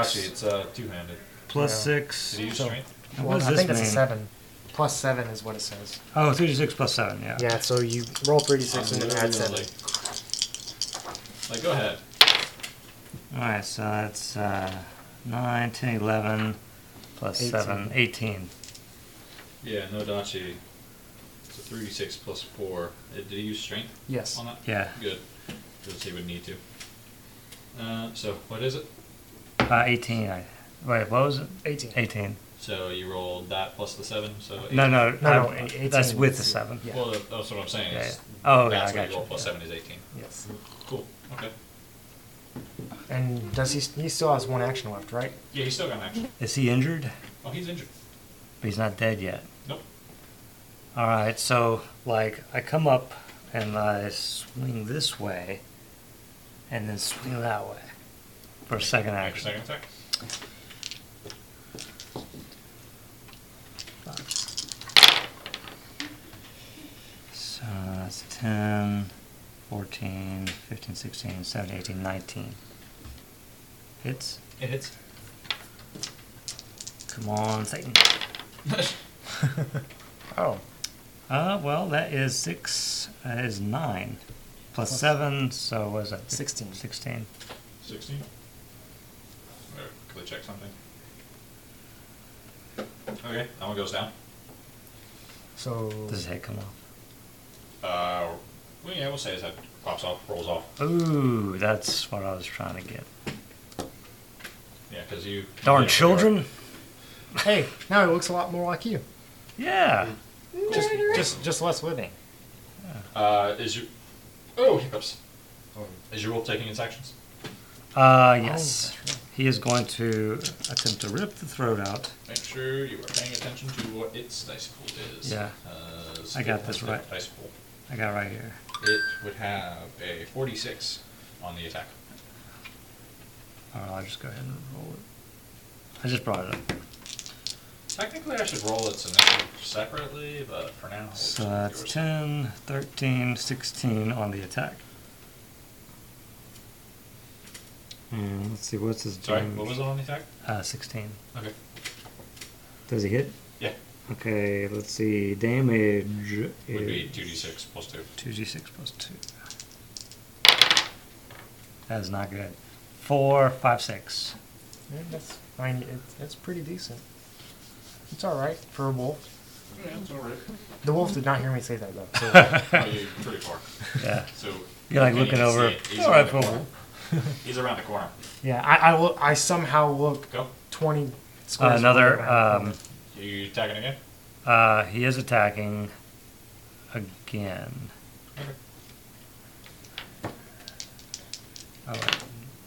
Speaker 3: 3d6
Speaker 1: It's uh, two-handed.
Speaker 3: plus
Speaker 2: Yeah.
Speaker 3: 6.
Speaker 1: Did you use
Speaker 2: So-
Speaker 1: strength?
Speaker 3: Now,
Speaker 2: well,
Speaker 3: what does
Speaker 2: I think
Speaker 3: this
Speaker 2: that's a
Speaker 3: mean?
Speaker 2: seven. Plus seven is what it says.
Speaker 3: Oh, 3d6 plus 7, yeah.
Speaker 2: Yeah, so you roll three d six
Speaker 1: I'm
Speaker 2: and then add seven.
Speaker 1: literally Like, like, go ahead.
Speaker 3: All right, so that's uh, 9, 10, 11 plus 7, 18.
Speaker 1: Yeah, no Dachi. It's a 3d6 plus 4. Uh, Did he use strength
Speaker 2: Yes.
Speaker 1: on that?
Speaker 3: Yeah,
Speaker 1: Good. Because he would need to. Uh, so, what is it?
Speaker 3: uh, 18. I, wait, what was it?
Speaker 2: Eighteen.
Speaker 3: 18.
Speaker 1: So, you rolled that plus the 7, so... eight.
Speaker 3: No, no,
Speaker 2: No, no,
Speaker 3: I-
Speaker 2: eighteen.
Speaker 3: that's with the
Speaker 2: is-
Speaker 3: 7.
Speaker 2: Yeah.
Speaker 1: Well, that- that's what I'm saying.
Speaker 3: Yeah,
Speaker 1: is
Speaker 3: yeah. Oh, okay,
Speaker 1: that's
Speaker 3: I
Speaker 1: what
Speaker 3: got
Speaker 1: you roll
Speaker 3: you.
Speaker 1: plus 7 is 18.
Speaker 2: yes.
Speaker 1: Cool. Okay.
Speaker 2: And does he? He still has one action left, right?
Speaker 1: Yeah, he's still got an action.
Speaker 3: Is he injured?
Speaker 1: Oh, he's injured.
Speaker 3: But he's not dead yet.
Speaker 1: Nope.
Speaker 3: All right, so like I come up and I swing this way, and then swing that way for a second
Speaker 1: Make your second
Speaker 3: action.
Speaker 1: attack.
Speaker 3: So that's 10, 14, 15, 16, 17, 18, 19. Hits.
Speaker 1: It hits.
Speaker 3: Come on, Satan.
Speaker 2: Oh,
Speaker 3: Uh, well, that is six. That is nine. Plus, plus seven, so was that?
Speaker 2: 16.
Speaker 3: 16.
Speaker 1: 16. Or can we check something? Okay, that one goes down.
Speaker 2: so
Speaker 3: Does his head come off?
Speaker 1: Uh, well, yeah, we'll say his head pops off, rolls off.
Speaker 3: Ooh, that's what I was trying to get.
Speaker 1: Yeah, because you.
Speaker 3: Darn
Speaker 1: yeah,
Speaker 3: children!
Speaker 2: hey, now it looks a lot more like you.
Speaker 3: Yeah.
Speaker 2: Just, just, just less living.
Speaker 1: Uh, is your. Oh, hiccups. Um, Is your wolf taking its actions?
Speaker 3: Uh, yes. He is going to attempt to rip the throat out.
Speaker 1: Make sure you are paying attention to what its dice pool is.
Speaker 3: Yeah.
Speaker 1: Uh,
Speaker 3: I got
Speaker 1: it
Speaker 3: this
Speaker 1: has a
Speaker 3: right.
Speaker 1: Dice pool.
Speaker 3: I got right here.
Speaker 1: It would have a 46 on the attack.
Speaker 3: All right, I'll just go ahead and roll it. I just brought it up.
Speaker 1: Technically, I should roll its initiative separately, but for now. we'll just
Speaker 3: So
Speaker 1: do
Speaker 3: that's
Speaker 1: yours.
Speaker 3: 10, 13, 16 on the attack. Hmm, let's see, what's his
Speaker 1: Sorry,
Speaker 3: damage?
Speaker 1: what was it on the attack?
Speaker 3: Uh, 16.
Speaker 1: Okay.
Speaker 3: Does he hit?
Speaker 1: Yeah.
Speaker 3: Okay, let's see. Damage
Speaker 1: Would be
Speaker 3: is
Speaker 1: 2d6 plus 2.
Speaker 3: 2d6 plus 2. That is not good. Four, five, six.
Speaker 2: Yeah, that's, I mean, it, it's pretty decent. It's all right for a wolf.
Speaker 1: Yeah, it's alright.
Speaker 2: The wolf did not hear me say that though. So
Speaker 1: oh, you're pretty far.
Speaker 3: Yeah.
Speaker 1: So
Speaker 3: You're like
Speaker 1: and
Speaker 3: looking
Speaker 1: you can see
Speaker 3: over.
Speaker 1: it. He's,
Speaker 3: All
Speaker 1: around
Speaker 3: right,
Speaker 1: the
Speaker 3: cool.
Speaker 1: corner. He's around the corner.
Speaker 2: yeah, I I, look, I somehow look
Speaker 1: Go.
Speaker 2: twenty
Speaker 3: Uh,
Speaker 2: squares.
Speaker 3: another.
Speaker 2: away around the
Speaker 3: Um,
Speaker 1: You attacking again?
Speaker 3: uh, he is attacking again.
Speaker 1: Okay.
Speaker 3: Oh, wait.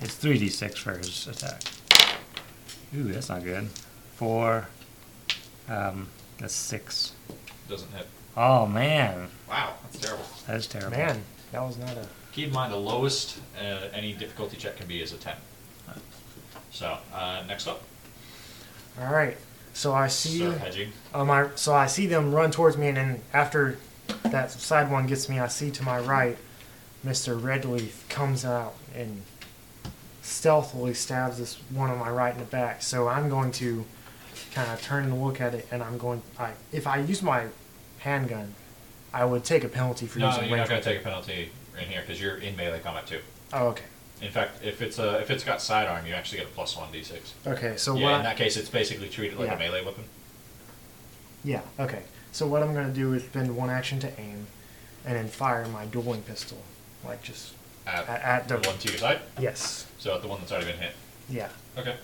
Speaker 3: It's 3d6 for his attack. Ooh, that's not good. Four. Um, that's six.
Speaker 1: Doesn't hit.
Speaker 3: Oh, man.
Speaker 1: Wow, that's terrible.
Speaker 3: That is
Speaker 2: corner.
Speaker 3: terrible.
Speaker 2: man, that was not a.
Speaker 1: Keep in mind the lowest uh, any difficulty check can be is a 10. So, uh, next up,
Speaker 2: All right, so I see.
Speaker 1: start hedging.
Speaker 2: Um, I, so I see them run towards me, and then after that side one gets me, I see to my right, Mr. Redleaf comes out and stealthily stabs this one on my right in the back. So I'm going to kind of turn and look at it, and I'm going. I if I use my handgun, I would take a penalty for
Speaker 1: No,
Speaker 2: using.
Speaker 1: you're not
Speaker 2: ranged
Speaker 1: going to take
Speaker 2: weapon.
Speaker 1: a penalty in here because you're in melee combat too.
Speaker 2: Oh, okay.
Speaker 1: In fact, if it's a, if it's got sidearm, you actually get a plus one d6.
Speaker 2: Okay. So
Speaker 1: yeah,
Speaker 2: what?
Speaker 1: in that case, it's basically treated like
Speaker 2: Yeah.
Speaker 1: a melee weapon.
Speaker 2: Yeah, okay. So what I'm gonna do is spend one action to aim, and then fire my dueling pistol, like just
Speaker 1: At,
Speaker 2: at, at
Speaker 1: the
Speaker 2: the
Speaker 1: one to your side,
Speaker 2: yes,
Speaker 1: so at the one that's already been hit.
Speaker 2: yeah.
Speaker 1: Okay.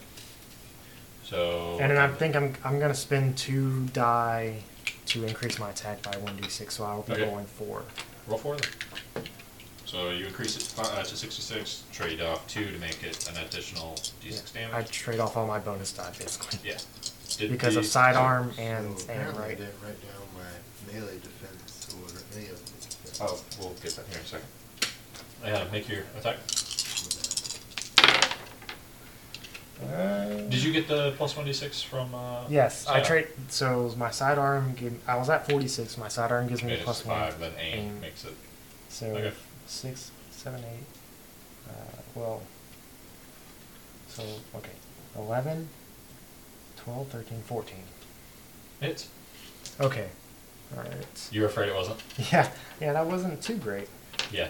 Speaker 1: So.
Speaker 2: And then I think I'm I'm gonna spend two die to increase my attack by one d six, so I will be
Speaker 1: Okay.
Speaker 2: rolling four.
Speaker 1: Roll four then. So you increase it fi- uh, to 66, trade off two to make it an additional d6
Speaker 2: Yeah, I
Speaker 1: damage.
Speaker 2: trade off all my bonus die basically
Speaker 1: yeah. Did
Speaker 2: because
Speaker 1: the,
Speaker 2: of sidearm and
Speaker 5: so
Speaker 2: aim,
Speaker 5: apparently I
Speaker 2: right?
Speaker 5: didn't write down my melee defense or any of the defense.
Speaker 1: Oh, we'll get that here in a second. Yeah, make your attack. Did you get the plus 1d6 from. Uh,
Speaker 2: Yes, I
Speaker 1: sidearm?
Speaker 2: trade. So my sidearm, gave, I was at forty six. My sidearm gives me
Speaker 1: Okay,
Speaker 2: a
Speaker 1: it's
Speaker 2: plus one.
Speaker 1: five, then aim,
Speaker 2: aim.
Speaker 1: makes it.
Speaker 2: So
Speaker 1: Okay.
Speaker 2: six, seven, eight. Uh, well, so okay, 11, 12, 13, 14.
Speaker 1: Hits.
Speaker 2: Okay, all right.
Speaker 1: You were afraid it wasn't?
Speaker 2: Yeah, yeah, that wasn't too great.
Speaker 1: Yeah.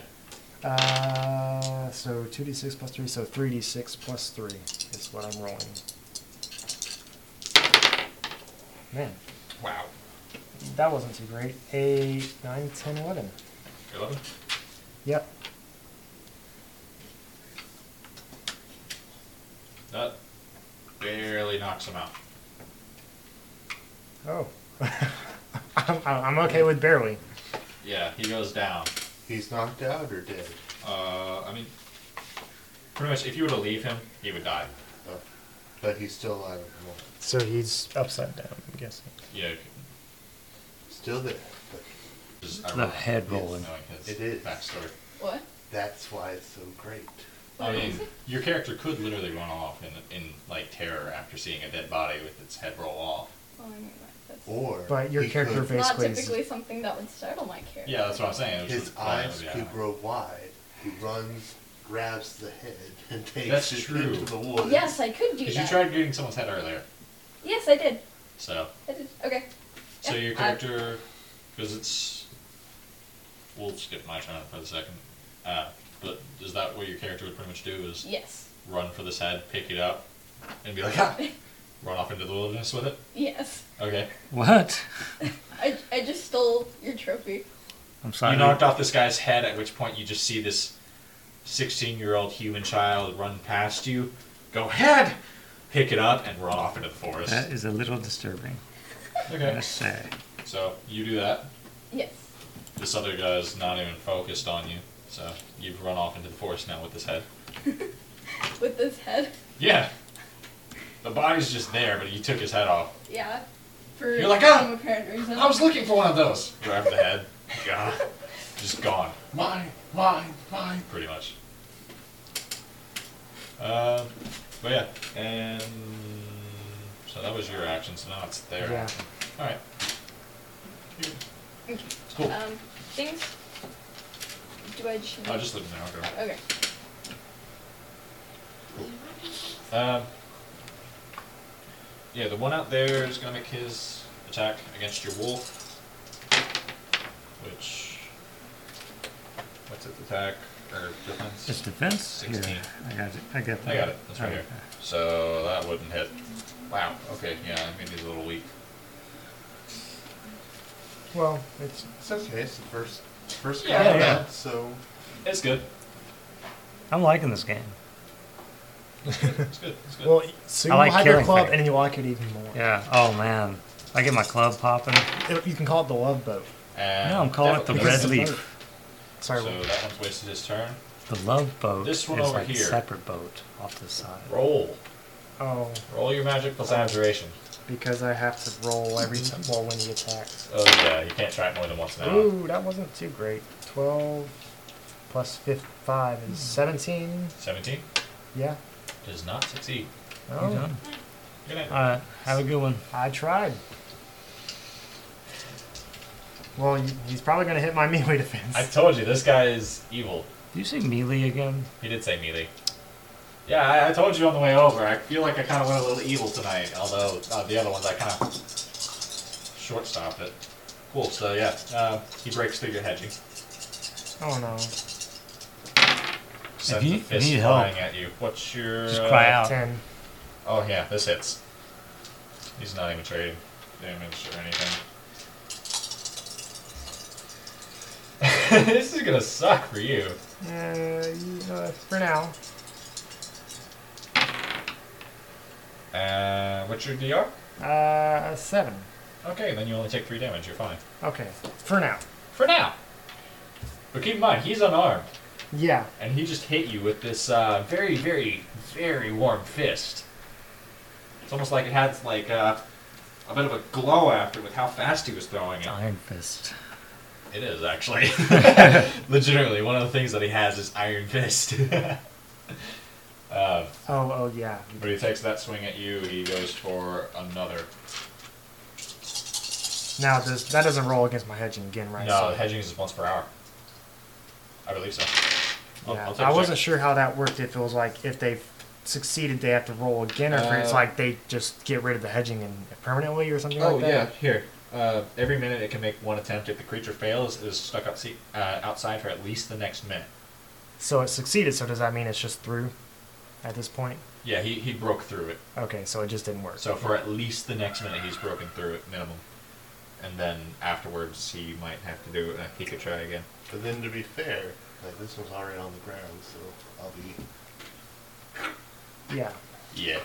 Speaker 2: Uh, so 2d6 plus 3, so 3d6 plus 3 is what I'm rolling. Man,
Speaker 1: Wow.
Speaker 2: that wasn't too great. 8, 9, 10, 11.
Speaker 1: 11?
Speaker 2: Yep,
Speaker 1: That barely knocks him out.
Speaker 2: Oh. I'm, I'm okay with barely.
Speaker 1: Yeah, he goes down.
Speaker 5: He's knocked out or dead?
Speaker 1: Uh, I mean, pretty much if you were to leave him, he would die.
Speaker 5: Oh, but he's still alive at the moment.
Speaker 2: So he's upside down, I'm guessing.
Speaker 1: Yeah,
Speaker 5: Still there. But
Speaker 1: just,
Speaker 3: The head rolling.
Speaker 1: Knowing his
Speaker 5: It is.
Speaker 1: backstory.
Speaker 4: What?
Speaker 5: that's why it's so great.
Speaker 1: I
Speaker 4: What
Speaker 1: mean,
Speaker 4: is it?
Speaker 1: your character could literally run off in, in like terror after seeing a dead body with its head roll off.
Speaker 4: Oh, I mean, that's
Speaker 5: Or
Speaker 2: But your
Speaker 5: he
Speaker 2: character
Speaker 5: could-
Speaker 2: va-
Speaker 4: not
Speaker 2: basically is-
Speaker 4: typically something that would startle my character.
Speaker 1: Yeah, that's what I'm saying. It was
Speaker 5: his
Speaker 1: just-
Speaker 5: eyes
Speaker 1: yeah.
Speaker 5: could grow wide. He runs, grabs the head, and takes
Speaker 1: That's
Speaker 5: it
Speaker 1: true.
Speaker 5: into the woods.
Speaker 4: Yes, I could do
Speaker 1: Because
Speaker 4: that.
Speaker 1: you tried getting someone's head earlier,
Speaker 4: Yes, I did.
Speaker 1: so
Speaker 4: I did. Okay.
Speaker 1: so
Speaker 4: Yeah,
Speaker 1: your
Speaker 4: I-
Speaker 1: character, because it's, we'll skip my turn for the second. Uh, but is that what your character would pretty much do? Is
Speaker 4: Yes.
Speaker 1: run for this head, pick it up, and be like, ah, run off into the wilderness with it.
Speaker 4: Yes.
Speaker 1: Okay.
Speaker 3: What?
Speaker 4: I, I just stole your trophy.
Speaker 3: I'm sorry.
Speaker 1: You knocked off this guy's head, at which point you just see this 16 year old human child run past you, go, head! Pick it up and run off into the forest.
Speaker 3: That is a little disturbing, I
Speaker 1: Okay.
Speaker 3: must say.
Speaker 1: So you do that.
Speaker 4: Yes.
Speaker 1: This other guy's not even focused on you. So you've run off into the forest now with this head.
Speaker 4: With this head.
Speaker 1: Yeah. The body's just there, but you took his head off.
Speaker 4: Yeah. For
Speaker 1: You're like, "Ah,
Speaker 4: some apparent reason.
Speaker 1: I was looking for one of those. Grab the head. God. Just gone. Mine, mine, mine. Pretty much. Um, but yeah, and so that was your action. So now it's there.
Speaker 2: Yeah.
Speaker 1: All right. Cool.
Speaker 4: Um, things. Do I just.
Speaker 1: I'll just leave it there. Okay.
Speaker 4: Okay.
Speaker 1: Cool. Um, yeah, the one out there is going to make his attack against your wolf, which what's its attack or defense?
Speaker 3: Just defense? Here,
Speaker 1: 16.
Speaker 3: I got it. I got that.
Speaker 1: I got it. That's right here.
Speaker 3: Okay.
Speaker 1: So that wouldn't hit. Wow. Okay. Yeah. Maybe he's a little weak.
Speaker 2: Well, it's
Speaker 5: It's okay. It's the first first
Speaker 1: Yeah,
Speaker 5: combat,
Speaker 1: yeah.
Speaker 5: so
Speaker 1: It's good.
Speaker 3: I'm liking this game.
Speaker 1: It's good. It's good.
Speaker 2: well, so you
Speaker 3: I like
Speaker 2: like your
Speaker 3: killing
Speaker 2: club
Speaker 3: things.
Speaker 2: and you like it even more.
Speaker 3: Yeah. Oh man, I get my club popping.
Speaker 2: It- you can call it the love boat.
Speaker 1: and
Speaker 3: No, I'm calling it the
Speaker 1: definitely-
Speaker 2: Because
Speaker 3: red
Speaker 2: it's a
Speaker 3: leaf.
Speaker 2: Sorry.
Speaker 1: So that one's wasted his turn.
Speaker 3: The love boat
Speaker 1: This one
Speaker 3: is
Speaker 1: over
Speaker 3: like
Speaker 1: here.
Speaker 3: a separate boat off the side.
Speaker 1: Roll.
Speaker 2: oh,
Speaker 1: Roll your magic plus observation.
Speaker 2: because I have to roll every
Speaker 3: Mm-hmm.
Speaker 2: time. Well, when he attacks.
Speaker 1: Oh yeah, you can't try it more than once now.
Speaker 2: Ooh, that wasn't too great. Twelve plus fif- five
Speaker 3: Hmm.
Speaker 2: is seventeen.
Speaker 1: Seventeen
Speaker 2: Yeah.
Speaker 1: does not succeed.
Speaker 3: You
Speaker 2: Oh,
Speaker 3: done?
Speaker 1: Good night.
Speaker 3: All right. Have a good one.
Speaker 2: I tried. Well, you- he's probably gonna hit my melee defense.
Speaker 1: I told you this guy is evil.
Speaker 3: Do you say melee again?
Speaker 1: He did say melee. Yeah, I, I told you on the way over. I feel like I kind of went a little evil tonight, although uh, the other ones I kind of short stopped it. Cool. So yeah, uh, he breaks through your hedging,
Speaker 2: oh no.
Speaker 1: sends
Speaker 3: you-
Speaker 1: a
Speaker 3: if you
Speaker 1: fist
Speaker 3: need help,
Speaker 1: flying at you. What's your?
Speaker 3: just cry
Speaker 1: uh,
Speaker 3: out.
Speaker 2: Ten.
Speaker 1: Oh yeah, this hits. He's not even trading damage or anything. this is gonna suck for you.
Speaker 2: Uh, you- uh, for now.
Speaker 1: Uh, what's your DR?
Speaker 2: Uh, seven.
Speaker 1: Okay, then you only take three damage. You're fine
Speaker 2: Okay, for now.
Speaker 1: for now. But keep in mind, he's unarmed,
Speaker 2: Yeah.
Speaker 1: and he just hit you with this uh, very, very, very warm fist. It's almost like it had like uh, a bit of a glow after with how fast he was throwing it.
Speaker 3: Iron fist.
Speaker 1: It is actually legitimately one of the things that he has is iron fist. uh,
Speaker 2: Oh, oh yeah.
Speaker 1: but he takes that swing at you. He goes for another.
Speaker 2: Now does that doesn't roll against my hedging again, right?
Speaker 1: No,
Speaker 2: So-
Speaker 1: hedging is once per hour. I believe so. I'll-
Speaker 2: yeah.
Speaker 1: I'll take a
Speaker 2: I
Speaker 1: check.
Speaker 2: wasn't sure how that worked. If it was like if they succeeded, they have to roll again, or if it's
Speaker 1: Uh,
Speaker 2: like they just get rid of the hedging and permanently or something
Speaker 1: Oh
Speaker 2: like that.
Speaker 1: yeah, here. Uh, every minute it can make one attempt. If the creature fails, it is stuck out se- uh, outside for at least the next minute.
Speaker 2: So it succeeded. So does that mean it's just through at this point?
Speaker 1: Yeah, he, he broke through it.
Speaker 2: Okay, so it just didn't work.
Speaker 1: So for at least the next minute, he's broken through it minimum, and then afterwards he might have to do. Uh, he could try again.
Speaker 5: But then to be fair, like this one's already on the ground, so I'll be
Speaker 2: yeah.
Speaker 1: Yeah.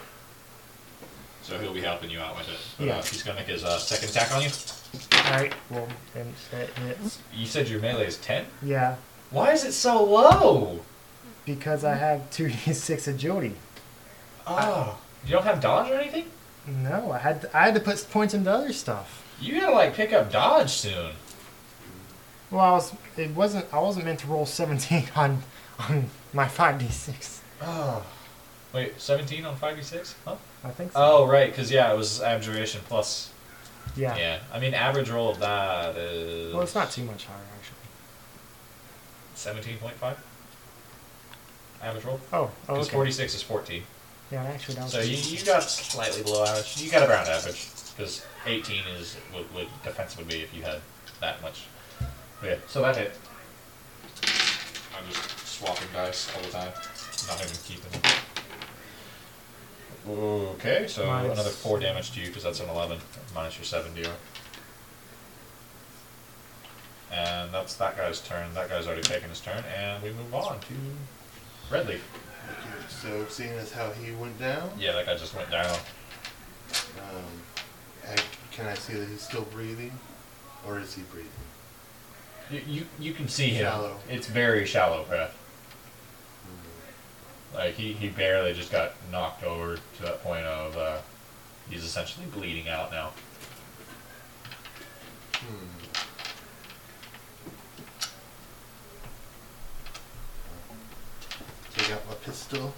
Speaker 1: So he'll be helping you out with it. But,
Speaker 2: Yeah.
Speaker 1: uh, he's gonna make his uh, second attack on you.
Speaker 2: All right. Well, and it hits.
Speaker 1: You said your melee is ten.
Speaker 2: Yeah,
Speaker 1: Why is it so low?
Speaker 2: because
Speaker 1: Mm-hmm.
Speaker 2: I have two d six agility. Ah.
Speaker 1: Oh, you don't have dodge or anything.
Speaker 2: No, I had to, I had to put points into other stuff.
Speaker 1: You gotta like pick up dodge soon.
Speaker 2: Well, I was it wasn't I wasn't meant to roll seventeen on on my five d six.
Speaker 1: Oh. Wait, 17 on 5d6? Huh?
Speaker 2: I think so.
Speaker 1: Oh, right, because, yeah, it was abjuration plus.
Speaker 2: yeah.
Speaker 1: Yeah. I mean, average roll of that is.
Speaker 2: Well, it's not too much higher actually.
Speaker 1: 17.5? Average roll?
Speaker 2: Oh, oh
Speaker 1: Because
Speaker 2: okay.
Speaker 1: 46 is 14.
Speaker 2: Yeah, actually, that was.
Speaker 1: So you, you got slightly below average. You got around average. Because 18 is what, what defense would be if you had that much. But yeah, so that hit. I'm just swapping dice all the time. Not even keeping. Okay, so
Speaker 2: Minus-
Speaker 1: another 4 damage to you because that's an 11. Minus your 7 DR. And that's that guy's turn. That guy's already taken his turn. And we move on to Red Leaf.
Speaker 5: okay. So seeing as how he went down,
Speaker 1: Yeah, that guy just went down.
Speaker 5: um, I, can I see that he's still breathing, or is he breathing?
Speaker 1: You, you, you can see him.
Speaker 5: Shallow.
Speaker 1: It's very shallow breath. Like he, he barely just got knocked over to that point of uh, he's essentially bleeding out now.
Speaker 5: Hmm. Take out my pistol.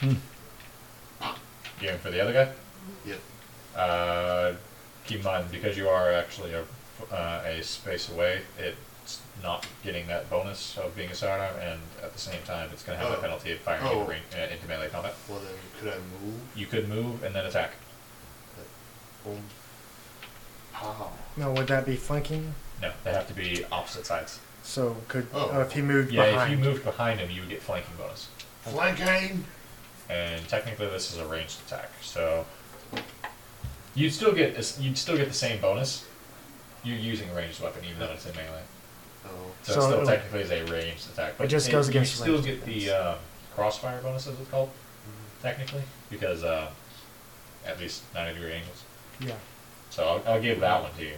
Speaker 1: Going for the other guy.
Speaker 5: Yep.
Speaker 1: Uh, keep in mind because you are actually a uh, a space away, it's not getting that bonus of being a sidearm, and at the same time, it's going to have
Speaker 5: Oh.
Speaker 1: a penalty of firing
Speaker 5: Oh.
Speaker 1: into, range, uh, into melee combat.
Speaker 5: Well, then um, could I move?
Speaker 1: You could move and then attack.
Speaker 5: Boom. How?
Speaker 2: No, would that be flanking?
Speaker 1: No, they have to be opposite sides.
Speaker 2: So could
Speaker 5: Oh.
Speaker 2: oh, if he moved
Speaker 1: Yeah,
Speaker 2: behind?
Speaker 1: if you moved behind him, you would get flanking bonus.
Speaker 5: Flanking!
Speaker 1: And technically, this is a ranged attack, so you'd still get this- you'd still get the same bonus. You're using a ranged weapon, even though it's in melee.
Speaker 5: Oh.
Speaker 1: So, it
Speaker 2: So
Speaker 1: still
Speaker 2: it'll-
Speaker 1: technically is a ranged attack. But
Speaker 2: just goes against
Speaker 1: You still
Speaker 2: ranged
Speaker 1: get the
Speaker 2: defense.
Speaker 1: um, crossfire bonus, as it's called,
Speaker 5: Mm-hmm.
Speaker 1: technically, because uh, at least 90 degree angles.
Speaker 2: yeah.
Speaker 1: So I'll, I'll give that one to you.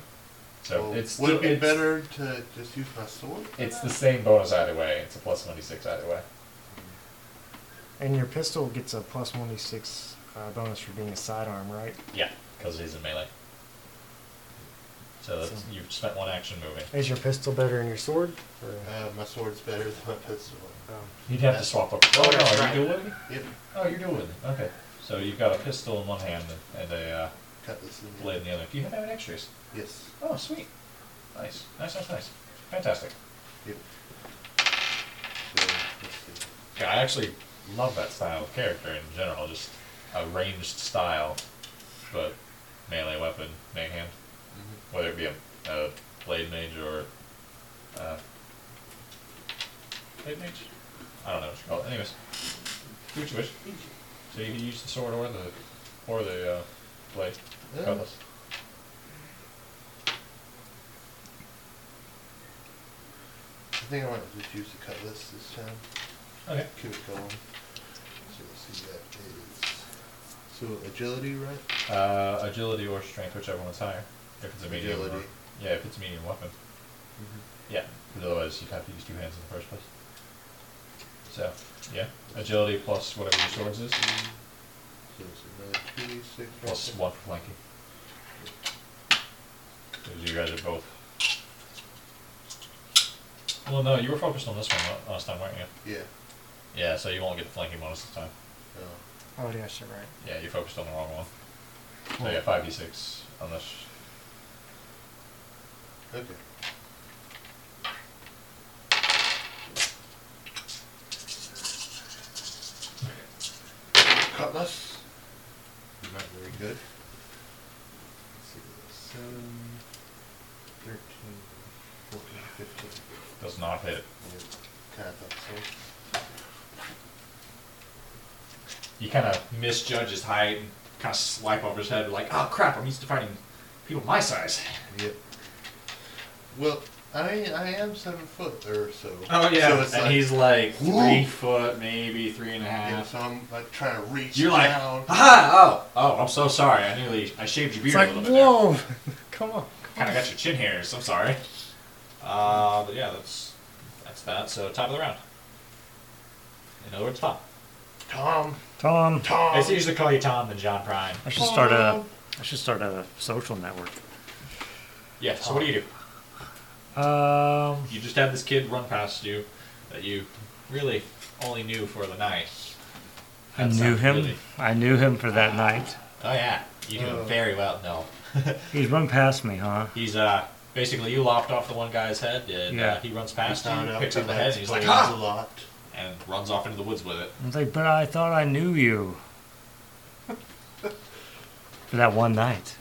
Speaker 1: So
Speaker 5: Well,
Speaker 1: it's
Speaker 5: would it
Speaker 1: still-
Speaker 5: be
Speaker 1: it's-
Speaker 5: better to just use my sword?
Speaker 1: It's the same bonus either way. It's a plus 26 either way.
Speaker 2: And your pistol gets a plus one d six uh, bonus for being a sidearm, right?
Speaker 1: Yeah, because it is in melee. So that's, you've spent one action moving.
Speaker 2: Is your pistol better than your sword? Or, oh,
Speaker 5: Uh, my sword's better than my pistol.
Speaker 1: Uh, You'd have to swap up. Oh, no,
Speaker 5: that's
Speaker 1: are
Speaker 5: right.
Speaker 1: you dual wielding?
Speaker 5: Yep,
Speaker 1: Oh, you're dual wielding. Okay. So you've got a pistol in one hand and, and a uh,
Speaker 5: cut this in.
Speaker 1: blade in the other. Do you have any extras?
Speaker 5: Yes,
Speaker 1: Oh, sweet. Nice. Nice, nice, nice. Fantastic.
Speaker 5: yep. So, let's see.
Speaker 1: Yeah, I actually love that style of character in general. Just a ranged style, but melee weapon, main hand.
Speaker 5: Mm-hmm.
Speaker 1: Whether it be a, a blade mage or uh, blade mage, I don't know what you call it. Anyways, do what you wish. So you can use the sword or the or the uh, blade.
Speaker 5: Yeah.
Speaker 1: Cutlass.
Speaker 5: I think I might just use the cutlass this time.
Speaker 1: Okay.
Speaker 5: Keep it going. So let's see, that is. So agility, right?
Speaker 1: Uh, agility or strength, whichever one's higher. If it's a medium. or-
Speaker 5: Agility.
Speaker 1: yeah, if it's a medium weapon.
Speaker 5: Mm-hmm.
Speaker 1: Yeah, because otherwise you'd have to use two hands in the first place. So, yeah, agility plus whatever your swords is,
Speaker 5: So it's another 2d6. right
Speaker 1: plus
Speaker 5: there.
Speaker 1: one for flanking. Because you guys are both. Well, no, you were focused on this one la- last time, weren't you?
Speaker 5: Yeah.
Speaker 1: Yeah, so you won't get the flanking bonus this time.
Speaker 5: Oh.
Speaker 2: Oh yeah, sure, right.
Speaker 1: Yeah, you focused on the wrong one. So yeah, five d six unless
Speaker 5: Okay. Cutlass. Not very good. Let's see, seven, thirteen, fourteen, fifteen.
Speaker 1: does not hit.
Speaker 5: Yeah, Kind of thought so.
Speaker 1: You kind of misjudge his height and kind of swipe over his head, like, oh crap, I'm used to fighting people my size.
Speaker 5: Yep. Well, I I am seven foot or so.
Speaker 1: Oh yeah,
Speaker 5: So it's
Speaker 1: and
Speaker 5: like,
Speaker 1: he's like three
Speaker 5: Whoa.
Speaker 1: foot, maybe three and a
Speaker 5: yeah,
Speaker 1: half.
Speaker 5: so I'm like trying to reach
Speaker 1: You're like,
Speaker 5: down.
Speaker 1: aha! Oh, oh, I'm so sorry. I nearly I shaved your beard
Speaker 2: It's like
Speaker 1: a little bit.
Speaker 2: whoa, come on.
Speaker 1: Kind of got your chin hairs. I'm sorry. Uh, but yeah, that's that's that. So top of the round. In other words, Tom.
Speaker 5: Tom,
Speaker 3: Tom,
Speaker 5: Tom.
Speaker 1: I usually call you Tom than John Prime.
Speaker 3: I should start a I should start a social network.
Speaker 1: Yeah. So what do you do?
Speaker 3: Um,
Speaker 1: You just had this kid run past you that you really only knew for the night.
Speaker 3: I
Speaker 1: That
Speaker 3: knew
Speaker 1: sounds
Speaker 3: him.
Speaker 1: really-
Speaker 3: I knew him for that night.
Speaker 1: Oh yeah, you knew him very well. No.
Speaker 3: He's run past me, huh?
Speaker 1: He's uh basically you lopped off the one guy's head, and uh,
Speaker 3: Yeah.
Speaker 1: he runs past you,
Speaker 5: Found out
Speaker 1: picks
Speaker 5: that
Speaker 1: up the head, and he's like, "Ah!" "Ha!"
Speaker 5: explains a lot.
Speaker 1: and runs off into the woods with it.
Speaker 3: I was like, but I thought I knew you. for that one night.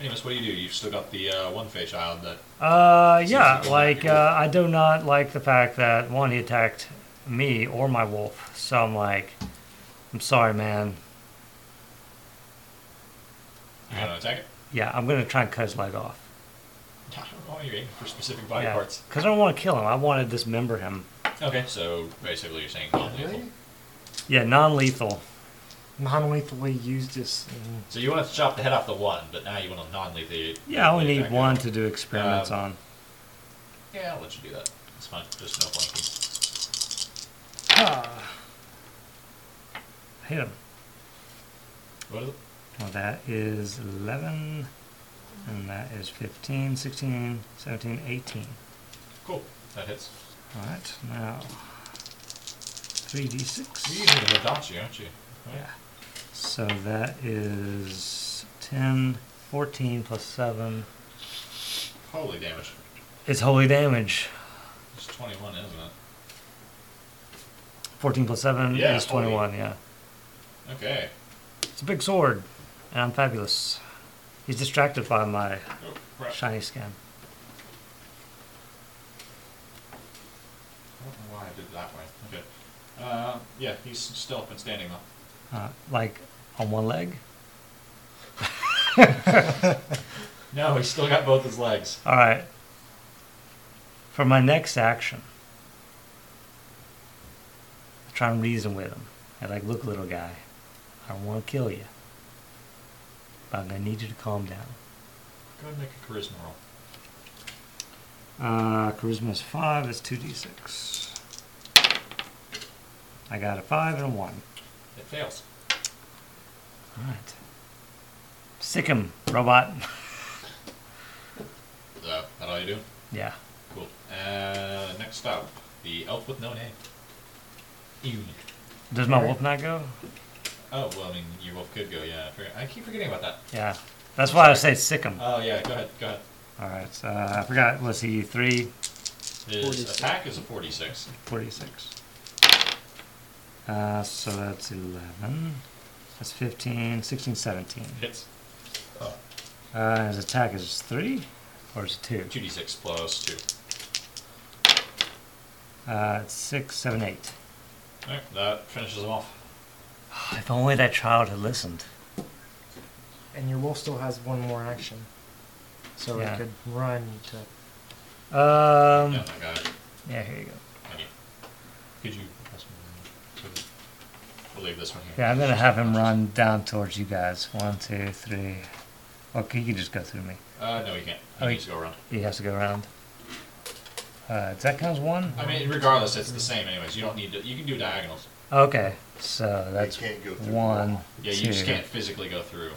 Speaker 1: Anyways, what do you do? You've still got the uh, one fish child that
Speaker 3: Uh, yeah,
Speaker 1: Seems like
Speaker 3: like
Speaker 1: a good
Speaker 3: uh, I do not like the fact that one he attacked me or my wolf. So I'm like, I'm sorry, man.
Speaker 1: you're gonna attack it.
Speaker 3: Yeah, I'm gonna try and cut his leg off.
Speaker 1: I don't know. You're aiming for specific body
Speaker 3: yeah,
Speaker 1: parts.
Speaker 3: because I don't want to kill him. I want to dismember him.
Speaker 1: Okay, so basically you're saying non-lethal.
Speaker 5: Really?
Speaker 3: Yeah, non-lethal.
Speaker 2: Non-lethally used this. mm,
Speaker 1: So you want to chop the head off the one, but now you want to non-lethal.
Speaker 3: Yeah, I only
Speaker 1: lethally
Speaker 3: need
Speaker 1: attack it.
Speaker 3: one to do experiments
Speaker 1: Um,
Speaker 3: on.
Speaker 1: Yeah, I'll let you do that. It's fine. Just no flanking. ah.
Speaker 3: Hit him.
Speaker 1: What is it?
Speaker 3: Well, that is 11, and that is 15, 16, 17, 18.
Speaker 1: Cool. That hits.
Speaker 3: All right, now 3d6.
Speaker 1: You're using the Hidachi, aren't you? Right?
Speaker 3: Yeah. So that is 10, 14 plus 7,
Speaker 1: Holy damage.
Speaker 3: It's holy damage.
Speaker 1: It's 21, isn't it?
Speaker 3: 14 plus 7
Speaker 1: Yeah,
Speaker 3: is
Speaker 1: holy.
Speaker 3: 21, yeah.
Speaker 1: Okay.
Speaker 3: It's a big sword, and I'm fabulous. He's distracted by my
Speaker 1: Oh, crap. I
Speaker 3: shiny skin.
Speaker 1: don't know why I did it that way. Okay. Uh, yeah, he's still up and standing up.
Speaker 3: Uh, like, on one leg?
Speaker 1: No, he's still got both his legs.
Speaker 3: All right. For my next action, I try and reason with him. I like, look, little guy, I don't want to kill you, but I'm gonna need you to calm down.
Speaker 1: Go ahead and make a charisma roll.
Speaker 3: Uh, charisma is five. It's two d six. I got a five and a one.
Speaker 1: It fails.
Speaker 3: All right. Sick him, robot.
Speaker 1: So, that all you Uh, do?
Speaker 3: yeah.
Speaker 1: Cool. Uh, next up, the elf with no name. Ewan.
Speaker 3: Does my
Speaker 2: All right.
Speaker 3: wolf not go?
Speaker 1: Oh, well, I mean, your wolf could go, yeah. I, forget- I keep forgetting about that.
Speaker 3: Yeah. That's why I say sick him.
Speaker 1: Oh, yeah, go ahead, go ahead.
Speaker 3: All right. so, Uh, I forgot. Was he three?
Speaker 1: His
Speaker 2: 46.
Speaker 1: attack is a 46.
Speaker 3: 46. Uh, so that's 11. That's 15, 16, 17.
Speaker 1: Hits.
Speaker 3: Uh, his attack is 3 or is it 2?
Speaker 1: 2d6 plus 2.
Speaker 3: Uh, it's 6, 7, 8.
Speaker 1: Alright, that finishes him off.
Speaker 3: Ah, If only that child had listened.
Speaker 2: And your wolf still has one more action. So
Speaker 3: Yeah.
Speaker 2: it could run to.
Speaker 3: Um,
Speaker 1: oh my god.
Speaker 3: yeah, here you go.
Speaker 1: Okay. Could you press me? We'll leave this one here.
Speaker 3: Yeah, I'm gonna have him run down towards you guys. One, two, three. Okay, he can just go through me.
Speaker 1: Uh, no, you can't. You
Speaker 3: Oh,
Speaker 1: can
Speaker 3: he-
Speaker 1: just go around.
Speaker 3: He has to go around. Uh, does that count as one?
Speaker 1: I mean, regardless, it's the same anyways. You don't need to. You can do diagonals.
Speaker 3: Okay, so that's
Speaker 5: can't go through the
Speaker 3: one.
Speaker 5: wall.
Speaker 1: Yeah, you
Speaker 3: two,
Speaker 1: just can't physically go through.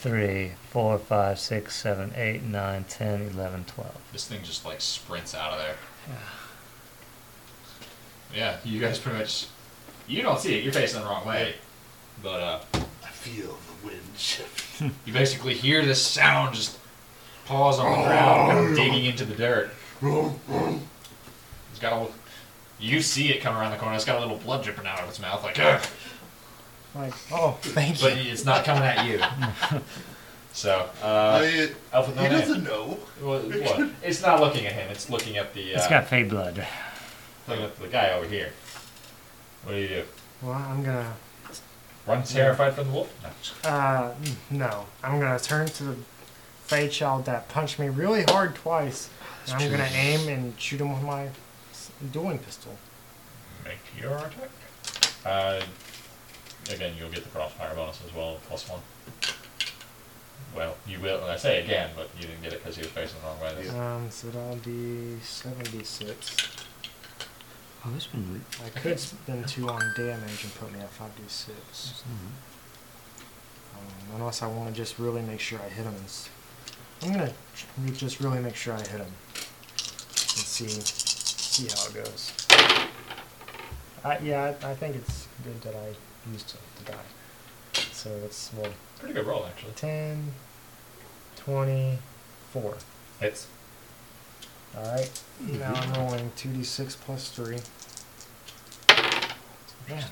Speaker 3: three, four, five, six, seven, eight, nine, ten, eleven, twelve.
Speaker 1: This thing just like sprints out of there. Yeah, you guys pretty much. You don't see it. You're facing the wrong way, but uh,
Speaker 5: I feel the wind shift.
Speaker 1: you basically hear this sound just paws on the ground, kind of digging into the dirt. It's got a. little- You see it come around the corner. It's got a little blood dripping out of its mouth, like. "Ugh."
Speaker 2: Like, oh, thank
Speaker 1: but
Speaker 2: you.
Speaker 1: it's not coming at you. So, uh,
Speaker 5: I-
Speaker 1: Alpha
Speaker 5: he
Speaker 1: Knight.
Speaker 5: doesn't know.
Speaker 1: What, what? It's not looking at him. It's looking at the. Uh,
Speaker 3: It's got fey blood.
Speaker 1: looking at the guy over here. What do you do?
Speaker 2: Well, I'm gonna.
Speaker 1: Run terrified from the wolf? No.
Speaker 2: Uh, no. I'm gonna turn to the Fey child that punched me really hard twice. And I'm gonna aim and shoot him with my s- dueling pistol.
Speaker 1: Make your attack. Uh, again, you'll get the crossfire bonus as well, plus one. Well, you will. I say again, but you didn't get it because he was facing the wrong way. That's-
Speaker 2: Um, so that'll be 76.
Speaker 3: Oh, it's been weak.
Speaker 2: I could spend two on damage and put me at 5d6. Um, unless I want to just really make sure I hit him. It's- I'm gonna ch- re- just really make sure I hit him and see see how it goes. I, yeah, I, I think it's good that I used the die. So it's well,
Speaker 1: Pretty good roll, actually.
Speaker 2: 10, 24.
Speaker 1: Hits.
Speaker 2: All right. Now I'm rolling 2d6 plus three. Yeah.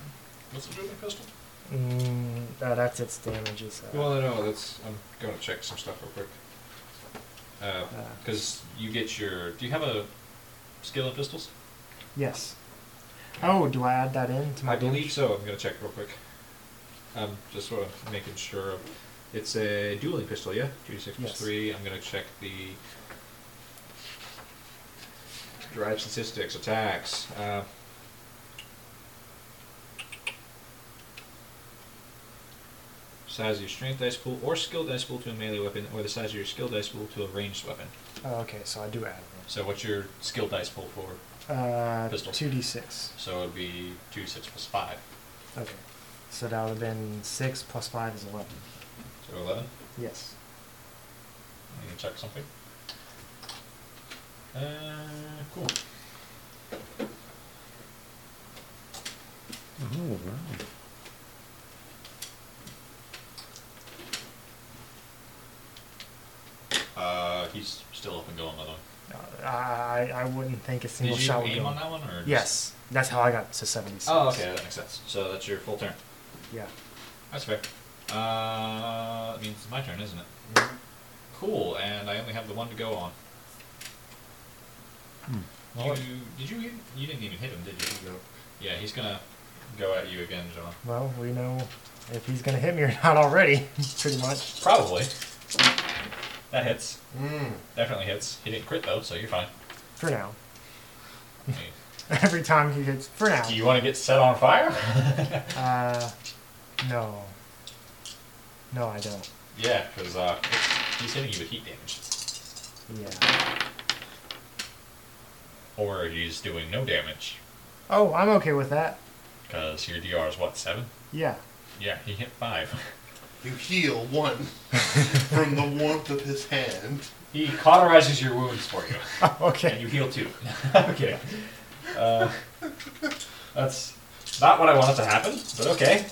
Speaker 1: What's the dueling pistol?
Speaker 2: Mm, uh, that's its damages. Uh,
Speaker 1: Well, no, that's. I'm going to check some stuff real quick.
Speaker 2: uh,
Speaker 1: Because you get your. Do you have a skill in pistols?
Speaker 2: yes. Oh, do I add that in to my
Speaker 1: I believe
Speaker 2: damage?
Speaker 1: so. I'm gonna check real quick. I'm just sort of making sure. of- It's a dueling pistol, yeah. Two six plus
Speaker 2: Yes.
Speaker 1: three. I'm gonna check the drive statistics, attacks. Uh, size of your strength dice pool or skill dice pool to a melee weapon, or the size of your skill dice pool to a ranged weapon.
Speaker 2: Oh, okay, so I do add
Speaker 1: So what's your skill dice pool for?
Speaker 2: it. Uh,
Speaker 1: Pistol.
Speaker 2: 2d6.
Speaker 1: So it'd be two six plus five.
Speaker 2: Okay. So that would have been 6 plus 5 is 11.
Speaker 1: So eleven.
Speaker 2: Yes.
Speaker 1: Let me check something. Uh, cool.
Speaker 3: Oh, wow.
Speaker 1: Uh, he's still up
Speaker 2: I, I I wouldn't think a single
Speaker 1: Did you
Speaker 2: shot would
Speaker 1: aim
Speaker 2: go.
Speaker 1: on that one? Or just-
Speaker 2: Yes, that's how I got to 76.
Speaker 1: Oh, okay, that makes sense. So that's your full turn.
Speaker 2: Yeah.
Speaker 1: That's fair. Uh, that means it's my turn, isn't it? Cool, and I only have the one to go on.
Speaker 2: Hmm.
Speaker 1: You, did you even, you didn't even hit him, did you?
Speaker 5: No.
Speaker 1: Yeah, he's gonna go at you again, John.
Speaker 2: Well, we know if he's going to hit me or not already, pretty much.
Speaker 1: Probably. That hits.
Speaker 5: Mm.
Speaker 1: Definitely hits. He didn't crit though, so you're fine.
Speaker 2: For now.
Speaker 1: Hey,
Speaker 2: Every time he hits, for now.
Speaker 1: Do you want to get set on fire?
Speaker 2: Uh, no. No, I don't.
Speaker 1: yeah, because uh, he's hitting you with heat damage,
Speaker 2: Yeah.
Speaker 1: or he's doing no damage
Speaker 2: Oh, I'm okay with that.
Speaker 1: because your DR is what seven.
Speaker 2: Yeah.
Speaker 1: Yeah, he hit five.
Speaker 5: You heal one from the warmth of his hand.
Speaker 1: He cauterizes your wounds for you, and
Speaker 2: okay.
Speaker 1: you heal two. okay. Uh, that's not what I wanted to happen, but okay.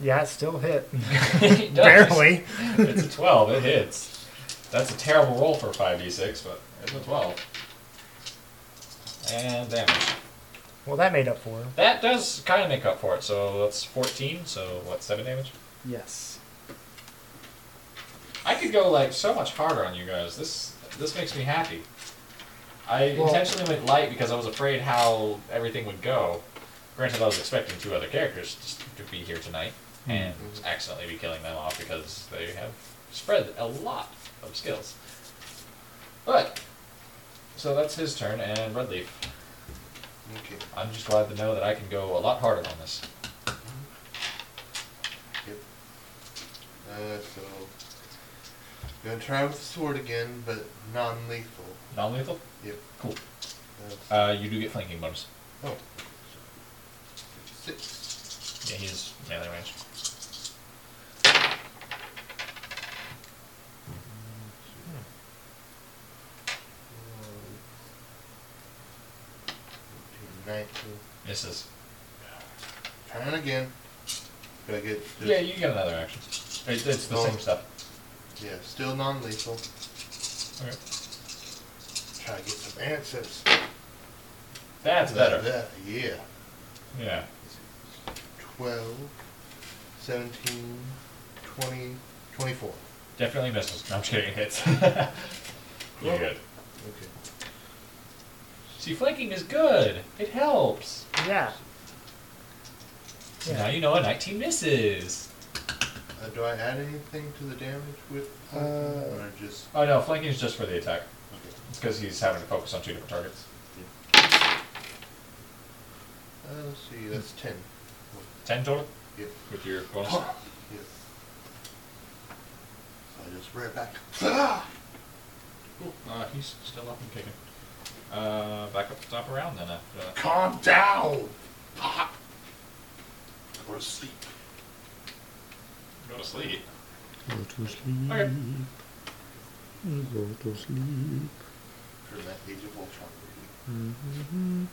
Speaker 2: Yeah, it still hit.
Speaker 1: It does.
Speaker 2: Barely.
Speaker 1: It's a 12. It hits. That's a terrible roll for 5d6, but it's a 12. And damage.
Speaker 2: Well, that made up for him.
Speaker 1: That does kind of make up for it. So that's 14. So what, 7 damage?
Speaker 2: Yes.
Speaker 1: I could go like so much harder on you guys. This this makes me happy. I
Speaker 2: Well-
Speaker 1: intentionally went light because I was afraid how everything would go. Granted, I was expecting two other characters just to be here tonight and accidentally be killing them off because they have spread a lot of skills. But so that's his turn and Red Leaf.
Speaker 5: Okay,
Speaker 1: I'm just glad to know that I can go a lot harder on this.
Speaker 5: yep. Uh, so. Gonna try with the sword again, but non lethal.
Speaker 1: Non-lethal.
Speaker 5: Yep.
Speaker 1: Cool.
Speaker 5: That's
Speaker 1: Uh, you do get flanking bonus.
Speaker 5: oh. Six.
Speaker 1: Yeah, he's melee range.
Speaker 5: Nineteen.
Speaker 1: Misses.
Speaker 5: Trying again. Could I get
Speaker 1: Yeah, you get another action. It's, it's the
Speaker 5: Oh.
Speaker 1: same stuff.
Speaker 5: yeah, still non lethal.
Speaker 1: Okay.
Speaker 5: Try to get some answers.
Speaker 1: That's better.
Speaker 5: That, Oh. yeah.
Speaker 1: Yeah.
Speaker 5: 12, 17, 20, 24.
Speaker 1: Definitely misses. No, I'm just kidding. Hits. You're good.
Speaker 5: Okay.
Speaker 1: See, flanking is good. It helps.
Speaker 2: Yeah.
Speaker 1: So now
Speaker 2: Yeah.
Speaker 1: you know a 19 misses.
Speaker 5: Uh, do I add anything to the damage with flanking,
Speaker 2: Uh,
Speaker 5: or just
Speaker 1: Oh no, flanking is just for the attack.
Speaker 5: okay.
Speaker 1: It's because he's having to focus on two different targets.
Speaker 5: Uh, let's see, that's ten.
Speaker 1: 10 total
Speaker 5: Yep.
Speaker 1: with your bonus.
Speaker 5: Yes. So I just read back. Ah!
Speaker 1: Cool. Uh, he's still up and kicking. Uh, back up the top around then after that.
Speaker 5: Calm down. Pop. Or sleep.
Speaker 1: Go to sleep.
Speaker 3: Go to sleep.
Speaker 1: Okay.
Speaker 3: Go to sleep.
Speaker 5: From that Age of Ultron movie.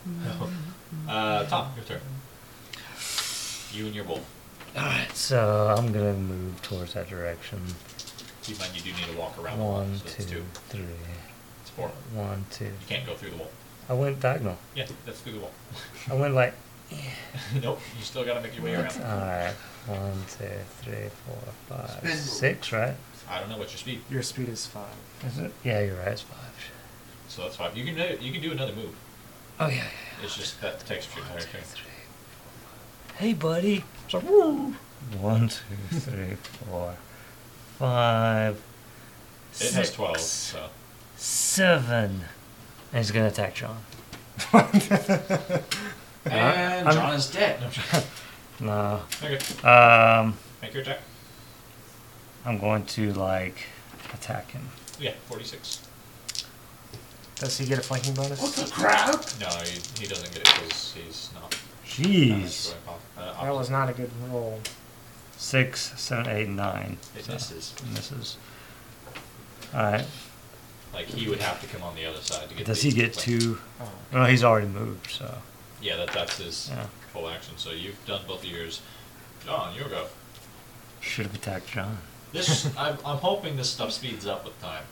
Speaker 1: Uh, Tom, your turn. You and your wolf.
Speaker 3: Alright, so I'm gonna move towards that direction.
Speaker 1: Keep in mind you do need to walk around the wall,
Speaker 3: One,
Speaker 1: so
Speaker 3: two,
Speaker 1: it's two.
Speaker 3: three.
Speaker 1: It's four.
Speaker 3: One, two.
Speaker 1: You can't go through the wall.
Speaker 3: I went diagonal.
Speaker 1: Yeah, that's through the wall.
Speaker 3: I went like
Speaker 1: nope, you still gotta make your way around.
Speaker 3: Alright. One, two, three, four, five,
Speaker 5: Spin.
Speaker 3: six, right?
Speaker 1: I don't know what your speed,
Speaker 2: Your speed is five.
Speaker 3: Is it? Yeah, you're right. It's five.
Speaker 1: so that's fine. You can do, you can do another move.
Speaker 3: Oh, yeah, yeah.
Speaker 1: It's just that texture
Speaker 3: One, two,
Speaker 1: character.
Speaker 3: three, four, five. Hey, buddy. It's like, woo. One, two, three, four, five,
Speaker 1: It has
Speaker 3: six,
Speaker 1: twelve, so
Speaker 3: seven. And he's going to attack John.
Speaker 1: and
Speaker 3: I'm-
Speaker 1: John is dead. No, I'm just-
Speaker 3: No.
Speaker 1: okay,
Speaker 3: Um,
Speaker 1: make your attack.
Speaker 3: I'm going to, like, attack him.
Speaker 1: Yeah, forty-six.
Speaker 2: Does he get a flanking
Speaker 5: What
Speaker 2: bonus?
Speaker 5: the crap?
Speaker 1: No, he, he doesn't get it because he's not.
Speaker 3: Jeez.
Speaker 1: Uh, uh,
Speaker 2: That was not a good roll.
Speaker 3: Six, seven, eight, nine.
Speaker 1: It misses.
Speaker 3: Misses. Alright.
Speaker 1: Like he would have to come on the other side to get.
Speaker 3: Does
Speaker 1: the-
Speaker 3: he get two?
Speaker 2: Oh.
Speaker 3: No, he's already moved, so.
Speaker 1: Yeah, that that's his
Speaker 3: Yeah.
Speaker 1: full action. So you've done both of yours. John, you go.
Speaker 3: Should have attacked John.
Speaker 1: This I'm, I'm hoping this stuff speeds up with time.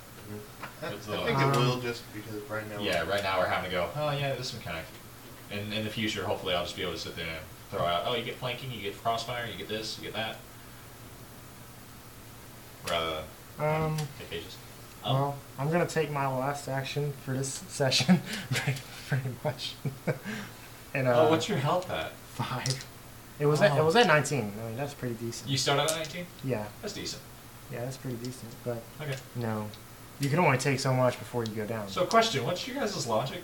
Speaker 5: I,
Speaker 1: It's
Speaker 5: I
Speaker 1: the-
Speaker 5: think it
Speaker 2: Um,
Speaker 5: will just because right now.
Speaker 1: Yeah, right now we're having to go, oh, yeah, this one kind of. In, in the future, hopefully, I'll just be able to sit there and throw out, oh, you get flanking, you get crossfire, you get this, you get that. Rather than
Speaker 2: Um,
Speaker 1: take ages. Um,
Speaker 2: Well, I'm gonna take my last action for this session, pretty, pretty much. and uh,
Speaker 1: oh, what's your health at?
Speaker 2: five? It was at, it
Speaker 3: Oh.
Speaker 2: was at 19. I mean, that's pretty decent.
Speaker 1: You started at 19?
Speaker 2: yeah,
Speaker 1: That's decent.
Speaker 2: yeah, that's pretty decent. But
Speaker 1: Okay.
Speaker 2: no, you can only take so much before you go down.
Speaker 1: So, question what's your guys' logic?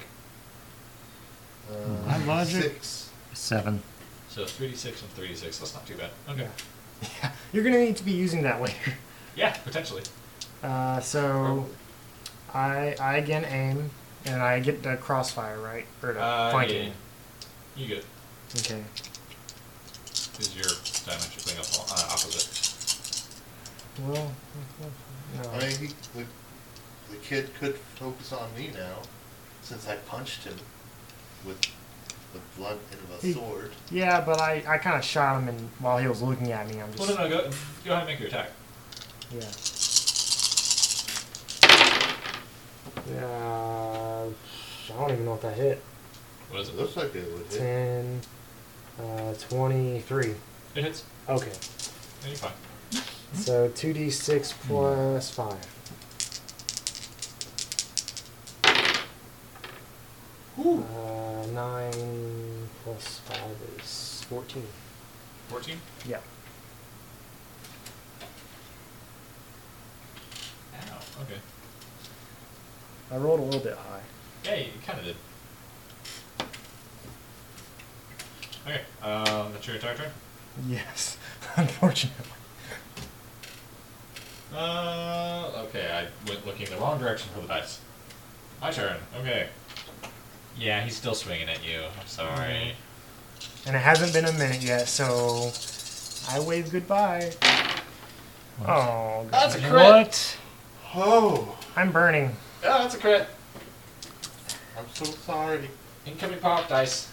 Speaker 5: Uh,
Speaker 3: My logic-
Speaker 5: Six.
Speaker 3: Seven.
Speaker 1: So, 3d6 and 3d6, that's not too bad. Okay.
Speaker 2: yeah, you're gonna need to be using that later.
Speaker 1: Yeah, potentially.
Speaker 2: Uh, so,
Speaker 1: Probably.
Speaker 2: I I again aim, and I get the crossfire right or the
Speaker 1: Uh,
Speaker 2: flanking.
Speaker 1: yeah. You good.
Speaker 2: Okay.
Speaker 1: Is your damage thing up all- uh, opposite?
Speaker 2: Well, no.
Speaker 5: I mean, he, the, the kid could focus on me now, since I punched him with the blunt end of a
Speaker 2: He-
Speaker 5: sword.
Speaker 2: Yeah, but I, I kind of shot him, and while he was looking at me, I'm
Speaker 1: Well,
Speaker 2: just
Speaker 1: no, no, go, go ahead and make your attack.
Speaker 2: Yeah. Uh, I don't even know what that hit.
Speaker 1: What is
Speaker 5: It
Speaker 1: it?
Speaker 5: looks like it would hit.
Speaker 2: 10, uh, 23.
Speaker 1: It hits.
Speaker 2: Okay.
Speaker 1: No, you're fine.
Speaker 2: So 2d6 plus 5. Uh, 9 plus 5 is 14.
Speaker 1: 14?
Speaker 2: Yeah.
Speaker 1: Ow, okay.
Speaker 2: I rolled a little bit high.
Speaker 1: Yeah, you kind of did. Okay, um, that's your entire turn?
Speaker 2: Yes, unfortunately.
Speaker 1: Uh, okay, I went looking the wrong direction for the dice. My turn, okay. Yeah, he's still swinging at you. I'm sorry.
Speaker 2: And it hasn't been a minute yet, so I wave goodbye. Oh, God.
Speaker 1: That's a crit!
Speaker 3: What?
Speaker 5: Oh,
Speaker 2: I'm burning.
Speaker 1: Yeah, that's a crit.
Speaker 5: I'm so sorry.
Speaker 1: Incoming pop dice.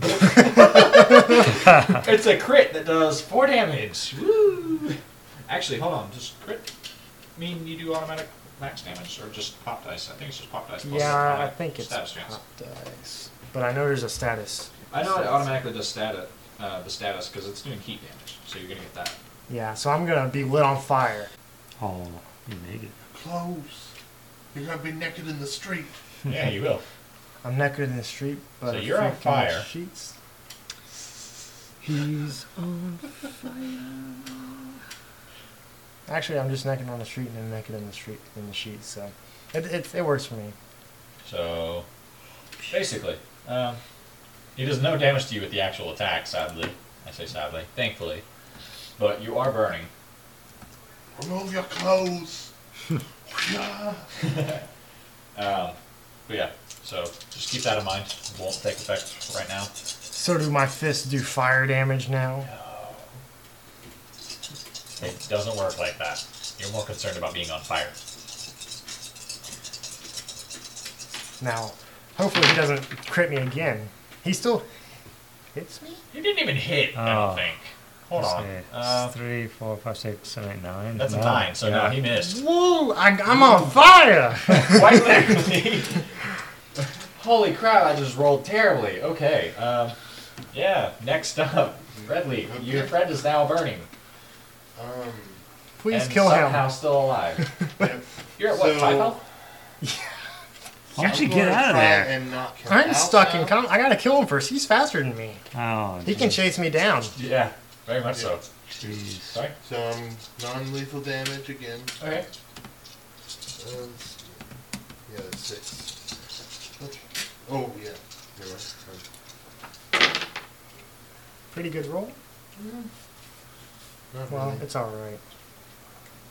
Speaker 1: it's a crit that does four damage. Woo! Actually, hold on. Does crit mean you do automatic max damage or just pop dice? I think it's just pop dice. plus
Speaker 2: Yeah, I
Speaker 1: automatic
Speaker 2: think it's
Speaker 1: status chance.
Speaker 2: pop dice. But I know there's a status.
Speaker 1: I know it automatically does stat uh, the status because it's doing heat damage, so you're gonna get that.
Speaker 2: Yeah, so I'm gonna be lit on fire.
Speaker 3: Oh, you made it.
Speaker 5: Close. You're gonna be naked in the street.
Speaker 1: yeah, you will.
Speaker 2: I'm naked in the street, but
Speaker 1: So
Speaker 2: a
Speaker 1: you're on
Speaker 2: freak the
Speaker 1: fire.
Speaker 2: Sheets.
Speaker 3: He's
Speaker 2: Actually, I'm just naked on the street and then naked in the street in the sheets. So it it, it works for me.
Speaker 1: So, basically, um, he does no damage to you with the actual attack, sadly. I say sadly, thankfully. But you are burning.
Speaker 5: Remove your clothes. yeah.
Speaker 1: Um, but yeah, so just keep that in mind. It won't take effect right now.
Speaker 2: So do my fists do fire damage now?
Speaker 1: It doesn't work like that. You're more concerned about being on fire.
Speaker 2: Now, hopefully he doesn't crit me again. He still hits me.
Speaker 1: You didn't even hit, I
Speaker 3: Oh.
Speaker 1: don't think. Hold on. Uh,
Speaker 3: three, four, five, six, seven, eight, nine.
Speaker 1: that's a
Speaker 3: No.
Speaker 1: nine, so no, he missed.
Speaker 2: Whoa! I, I'm on fire.
Speaker 1: Quite literally. Holy crap, I just rolled terribly. Okay. Um, yeah, next up, Redley, your friend is now burning.
Speaker 5: Um.
Speaker 2: Please
Speaker 1: and
Speaker 2: kill
Speaker 1: somehow
Speaker 2: him.
Speaker 1: still alive.
Speaker 5: yep.
Speaker 1: You're at what,
Speaker 5: So-
Speaker 1: five health?
Speaker 3: Why don't
Speaker 5: I'm
Speaker 3: you get
Speaker 5: gonna
Speaker 3: out of
Speaker 5: try
Speaker 3: there?
Speaker 5: And not kill
Speaker 2: I'm
Speaker 5: Al
Speaker 2: stuck
Speaker 5: now.
Speaker 2: in. Com- I gotta kill him first. He's faster than me.
Speaker 3: Oh,
Speaker 2: He
Speaker 1: Mm-hmm.
Speaker 2: can chase me down.
Speaker 1: Yeah, very much so.
Speaker 3: jeez.
Speaker 1: Sorry?
Speaker 5: So I'm non-lethal damage again.
Speaker 1: Okay.
Speaker 5: Uh, let's- yeah, that's six. Oh yeah. Never mind. Um,
Speaker 2: Pretty good roll.
Speaker 5: Not
Speaker 2: Well,
Speaker 1: Mm-hmm.
Speaker 5: really.
Speaker 2: it's all right.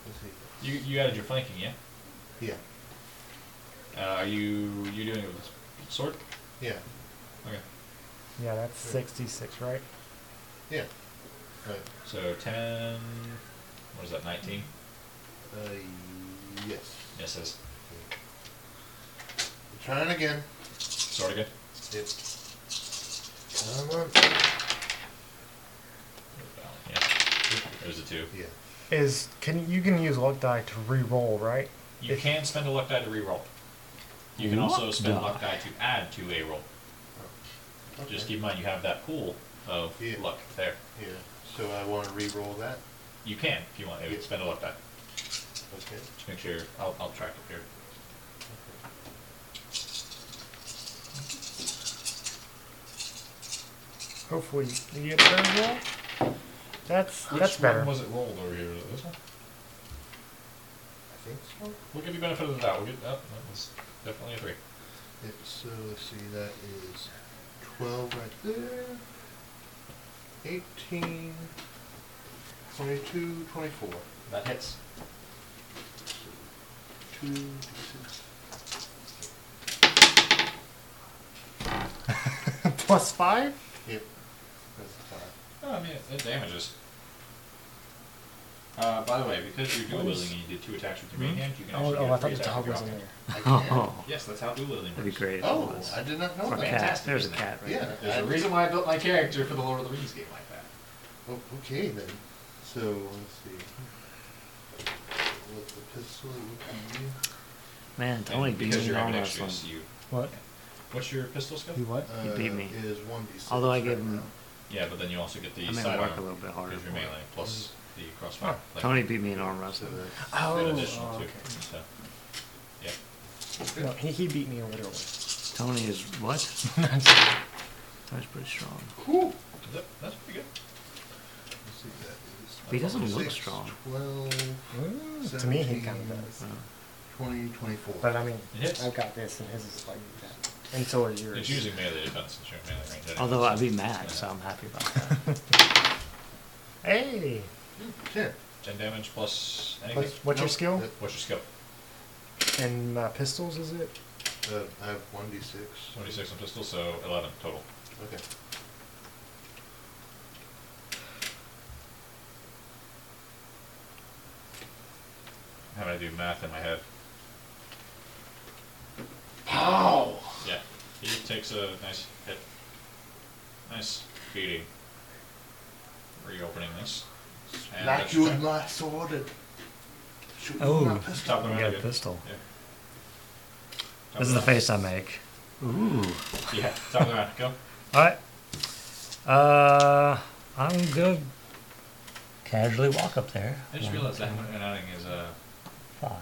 Speaker 5: Let's see.
Speaker 1: You, you added your flanking, yeah?
Speaker 5: Yeah,
Speaker 1: Uh, are you you doing it with sword?
Speaker 5: yeah,
Speaker 1: Okay.
Speaker 2: Yeah, that's 66, right?
Speaker 5: yeah. Right.
Speaker 1: So ten. What is that? Nineteen
Speaker 5: Uh, yes.
Speaker 1: misses.
Speaker 5: I'm trying again.
Speaker 1: Sword again.
Speaker 5: Yep. Come on.
Speaker 1: Yeah. There's a two.
Speaker 5: Yeah.
Speaker 2: is can you can use luck die to re-roll, right?
Speaker 1: You
Speaker 2: If-
Speaker 1: can spend a luck die to reroll. You can also
Speaker 3: Luck
Speaker 1: spend
Speaker 3: die.
Speaker 1: luck die to add to a roll. Just keep in mind you have that pool of
Speaker 5: Yeah.
Speaker 1: luck there.
Speaker 5: Yeah, so I want to re-roll that.
Speaker 1: You can if you want. It would
Speaker 5: Yeah.
Speaker 1: spend a luck die.
Speaker 5: Okay.
Speaker 1: Just make sure I'll, I'll track it here.
Speaker 2: Hopefully you get better than that. That's that's
Speaker 1: Which one
Speaker 2: better.
Speaker 1: Was it rolled over here? This one?
Speaker 5: I think so.
Speaker 1: We'll give you benefit of the doubt. We'll get that. That was definitely a three.
Speaker 5: If so, let's see, that is 12 right there. 18, 22, 24.
Speaker 1: That hits.
Speaker 5: 2, 6.
Speaker 2: Plus five.
Speaker 5: Yep. That's the 5.
Speaker 1: Oh, I mean, it, it damages. Uh, by the way, because you're dual wielding and you did two attacks with your main
Speaker 3: Hmm?
Speaker 1: hand, you can
Speaker 2: Oh,
Speaker 1: actually
Speaker 2: oh,
Speaker 1: get
Speaker 2: I
Speaker 1: a free
Speaker 2: thought the
Speaker 1: attack
Speaker 2: dog
Speaker 1: with your
Speaker 2: was in
Speaker 1: offhand.
Speaker 2: there.
Speaker 5: I can.
Speaker 3: Oh,
Speaker 1: Yes, that's how dual wielding
Speaker 3: that'd be
Speaker 1: works.
Speaker 3: great. if it
Speaker 5: Oh,
Speaker 3: was.
Speaker 5: I did not know
Speaker 3: Or a
Speaker 5: that.
Speaker 3: cat.
Speaker 1: Fantastic,
Speaker 3: There's a
Speaker 1: isn't it?
Speaker 3: cat right
Speaker 5: Yeah.
Speaker 3: there.
Speaker 1: There's a reason why I built my character for the Lord of the Rings game like that.
Speaker 5: O- oh, Okay then. So let's see. With the pistol, it would be
Speaker 3: Man, Tony beat
Speaker 1: because
Speaker 3: me
Speaker 1: you're
Speaker 3: on
Speaker 1: having
Speaker 3: last one.
Speaker 1: extras, you.
Speaker 2: What?
Speaker 1: What's your pistol skill?
Speaker 2: He what?
Speaker 5: Uh,
Speaker 3: He beat me.
Speaker 5: Is one d6
Speaker 3: Although I
Speaker 5: right
Speaker 3: gave him-
Speaker 5: now.
Speaker 1: Yeah, but then you also get the
Speaker 3: I made him
Speaker 1: sidearm
Speaker 3: work a little bit harder.
Speaker 1: because you're
Speaker 3: for it. Mm-hmm. Oh,
Speaker 1: melee plus the crossfire. Like,
Speaker 3: Tony beat me in arm
Speaker 5: So
Speaker 3: wrestling.
Speaker 5: that's
Speaker 2: Oh,
Speaker 1: an additional
Speaker 2: oh,
Speaker 1: two.
Speaker 2: okay.
Speaker 1: So, yeah.
Speaker 2: No, he, he beat me literally.
Speaker 3: Tony is what? Tony's pretty strong.
Speaker 1: That- That's pretty good.
Speaker 5: let's see, that is
Speaker 3: He doesn't look
Speaker 5: 6,
Speaker 3: strong.
Speaker 5: 12,
Speaker 2: Mm, to me, he kind of
Speaker 5: 17,
Speaker 2: does.
Speaker 5: 20, 24.
Speaker 2: But I mean,
Speaker 1: It hits.
Speaker 2: I've got this, and his is like that. And so is yours.
Speaker 1: It's using melee defense since you're melee range. anyway,
Speaker 3: Although
Speaker 1: so-
Speaker 3: I'd be mad, so I'm happy about that.
Speaker 2: Hey,
Speaker 5: Hmm, Ten.
Speaker 1: 10 damage plus anything?
Speaker 2: what's, what's your
Speaker 5: Nope.
Speaker 2: skill?
Speaker 5: That-
Speaker 1: What's your skill?
Speaker 2: And uh, pistols, is it?
Speaker 5: Uh, I have one d6.
Speaker 1: 26 on pistol, so 11 total.
Speaker 5: Okay.
Speaker 1: How do I do math in my head?
Speaker 5: Pow!
Speaker 1: Yeah. He takes a nice hit. Nice beating. Reopening this. And
Speaker 5: Like
Speaker 1: that's
Speaker 5: you
Speaker 1: your
Speaker 5: with
Speaker 1: turn.
Speaker 5: my sword and shoot you
Speaker 3: Oh.
Speaker 5: with my pistol.
Speaker 1: Top of the
Speaker 3: I
Speaker 1: round
Speaker 3: got a
Speaker 1: again.
Speaker 3: pistol.
Speaker 1: Yeah. Top
Speaker 3: This
Speaker 1: of
Speaker 3: is the
Speaker 1: round.
Speaker 3: face I make. Ooh.
Speaker 1: Yeah, top of the round. Go.
Speaker 3: Alright. Uh, I'm gonna casually walk up there.
Speaker 1: I just realized I haven't been adding his, uh,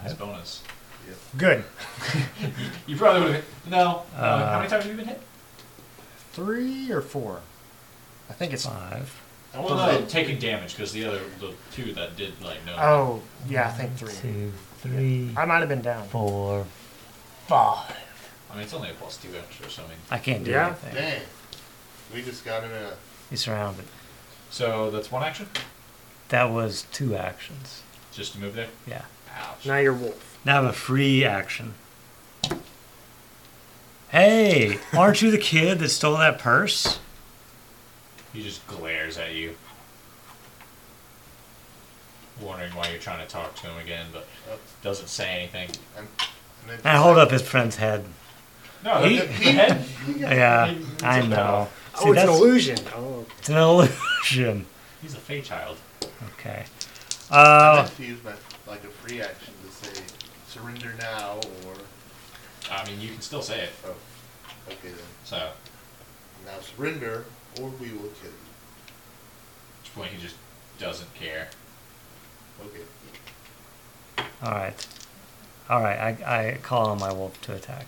Speaker 1: his
Speaker 3: Five.
Speaker 1: bonus.
Speaker 2: Good.
Speaker 1: You probably would have. No. no,
Speaker 3: Uh,
Speaker 1: how many times have you been hit?
Speaker 2: Three or four? I think it's.
Speaker 3: Five.
Speaker 5: I
Speaker 1: Well,
Speaker 5: want
Speaker 1: no,
Speaker 5: to
Speaker 1: taking damage because the other the two that did like no.
Speaker 2: Oh, yeah, I think three.
Speaker 3: Two, three,
Speaker 2: I might have been down.
Speaker 3: four, five.
Speaker 1: I mean, it's only a plus two extra, so I mean.
Speaker 3: I can't do
Speaker 2: Yeah.
Speaker 3: anything.
Speaker 5: Dang. We just got him in a.
Speaker 3: He's surrounded.
Speaker 1: So that's one action.
Speaker 3: That was two actions.
Speaker 1: Just to move there.
Speaker 3: Yeah.
Speaker 1: Ouch.
Speaker 2: Now you're wolf.
Speaker 3: Now I have a free action. Hey, aren't you the kid that stole that purse?
Speaker 1: He just glares at you, wondering why you're trying to talk to him again, but
Speaker 5: Oh,
Speaker 1: doesn't say anything.
Speaker 5: and, and then
Speaker 3: And I hold up his friend's head.
Speaker 1: No,
Speaker 3: He-
Speaker 1: the, the head.
Speaker 3: Yeah, I know.
Speaker 2: oh,
Speaker 3: See,
Speaker 2: it's an
Speaker 3: that's-
Speaker 2: illusion. Oh,
Speaker 3: It's an illusion.
Speaker 1: He's a fey child.
Speaker 3: Okay.
Speaker 5: I
Speaker 3: Uh,
Speaker 5: like to use my like a free action to say surrender now or
Speaker 1: I mean, you can still say it.
Speaker 5: oh, okay then
Speaker 1: So,
Speaker 5: now surrender or we will kill you.
Speaker 1: at which point he just doesn't care.
Speaker 5: Okay.
Speaker 3: all right. All right, I, I call on my wolf to attack.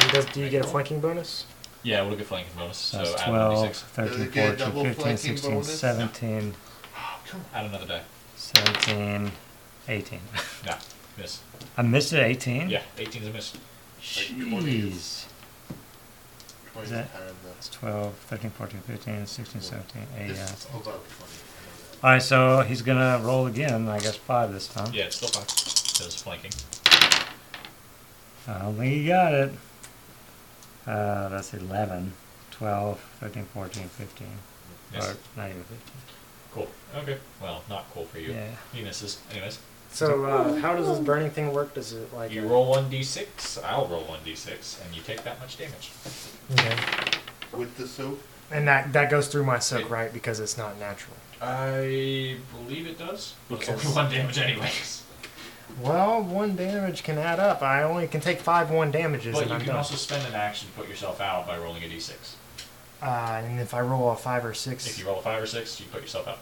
Speaker 2: and does, do you get a flanking bonus?
Speaker 1: Yeah, we'll get flanking bonus. So
Speaker 3: That's
Speaker 1: add
Speaker 3: 12,
Speaker 1: 1d6.
Speaker 3: 13,
Speaker 5: Does it get a
Speaker 3: 14,
Speaker 5: double
Speaker 3: 15,
Speaker 5: flanking
Speaker 3: 16,
Speaker 5: bonus?
Speaker 3: 17,
Speaker 1: Add another die.
Speaker 3: 17, 18.
Speaker 1: No, miss.
Speaker 3: I missed it, 18?
Speaker 1: Yeah, 18's a miss.
Speaker 3: Jeez.
Speaker 5: Twenty
Speaker 3: that-
Speaker 5: kind of
Speaker 3: That's 12, 13, 14, 15, 16,
Speaker 5: Well,
Speaker 3: 17,
Speaker 5: the,
Speaker 3: 18.
Speaker 5: this
Speaker 3: Yeah.
Speaker 5: is above twenty.
Speaker 3: All right, so he's going to roll again, I guess five this time.
Speaker 1: Yeah, it's still fine. Does flanking.
Speaker 3: I don't think he got it. Uh, that's 11, 12, 13, 14, 15.
Speaker 1: Miss.
Speaker 3: Or not even 15.
Speaker 1: Cool. Okay. Well, not cool for you.
Speaker 3: Yeah.
Speaker 1: He misses. Anyways,
Speaker 2: So, uh, how does this burning thing work? Does it like.
Speaker 1: you roll one d6. I'll roll one d6, and you take that much damage.
Speaker 2: Okay.
Speaker 5: With the soap,
Speaker 2: And that, that goes through my soak,
Speaker 1: It-
Speaker 2: right? Because it's not natural.
Speaker 1: I believe it does. But it's
Speaker 2: Okay.
Speaker 1: only one damage, anyways.
Speaker 2: Well, one damage can add up. I only can take five one damages,
Speaker 1: But
Speaker 2: and
Speaker 1: you
Speaker 2: I'm
Speaker 1: can
Speaker 2: done.
Speaker 1: also spend an action to put yourself out by rolling a d6.
Speaker 2: uh, and if I roll a five or
Speaker 1: If
Speaker 2: six,
Speaker 1: you roll a five or six, you put yourself out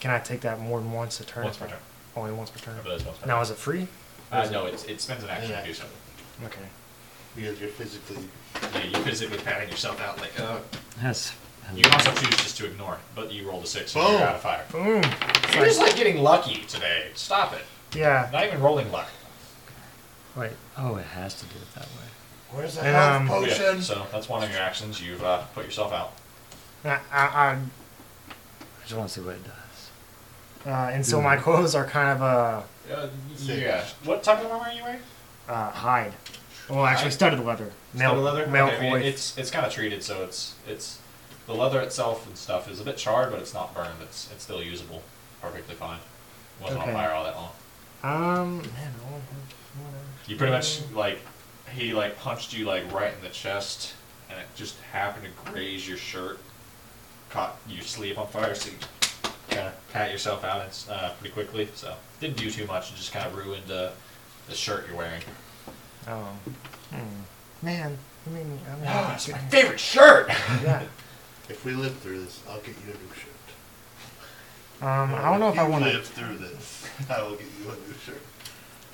Speaker 2: can I take that more than once a turn?
Speaker 1: once per turn.
Speaker 2: Only once per turn.
Speaker 1: Remember those once per
Speaker 2: Now, is it free?
Speaker 1: turn. Uh, no, it's, it spends an action
Speaker 5: Yeah.
Speaker 1: to do so.
Speaker 2: Okay.
Speaker 5: Because you're physically.
Speaker 1: Yeah, you physically patting yourself out like. Uh,
Speaker 3: That's
Speaker 1: you can also choose just to ignore it, but you rolled a six, so you're
Speaker 5: Boom.
Speaker 1: out of fire.
Speaker 2: Boom.
Speaker 1: You're just like getting lucky today. Stop it.
Speaker 2: Yeah.
Speaker 1: Not even rolling luck.
Speaker 3: wait. Oh, it has to do it that way.
Speaker 5: Where's the
Speaker 2: And,
Speaker 5: health
Speaker 2: um,
Speaker 5: potion?
Speaker 1: Yeah, so that's one of your actions. You've uh, put yourself out.
Speaker 2: I, I,
Speaker 3: I just want to see what it does.
Speaker 2: I, uh, and so my clothes are kind of uh,
Speaker 1: Uh,
Speaker 5: Six.
Speaker 1: yeah. What type of armor are you wearing?
Speaker 2: uh, hide. Well, actually,
Speaker 1: Hide?
Speaker 2: studded leather. Male,
Speaker 1: Studded leather.
Speaker 2: Male
Speaker 1: Okay, I mean,
Speaker 2: coif.
Speaker 1: it's it's kind of treated, so it's it's the leather itself and stuff is a bit charred, but it's not burned. It's it's still usable, perfectly fine. Wasn't
Speaker 2: Okay.
Speaker 1: on fire all that long.
Speaker 2: Um, man, I don't have- whatever.
Speaker 1: You pretty much like he like punched you like right in the chest, and it just happened to graze your shirt, caught your sleeve on fire, so you kind of pat yourself out it's, uh, pretty quickly. So didn't do too much, it just kind of ruined uh, the shirt you're wearing.
Speaker 2: Oh. Hmm. Man, you made me. I mean,
Speaker 1: Oh, it's my favorite shirt.
Speaker 2: yeah.
Speaker 5: If we live through this, I'll get you a new shirt.
Speaker 2: Um, I don't know if I
Speaker 5: you
Speaker 2: want
Speaker 5: live through this. I will get you a new shirt.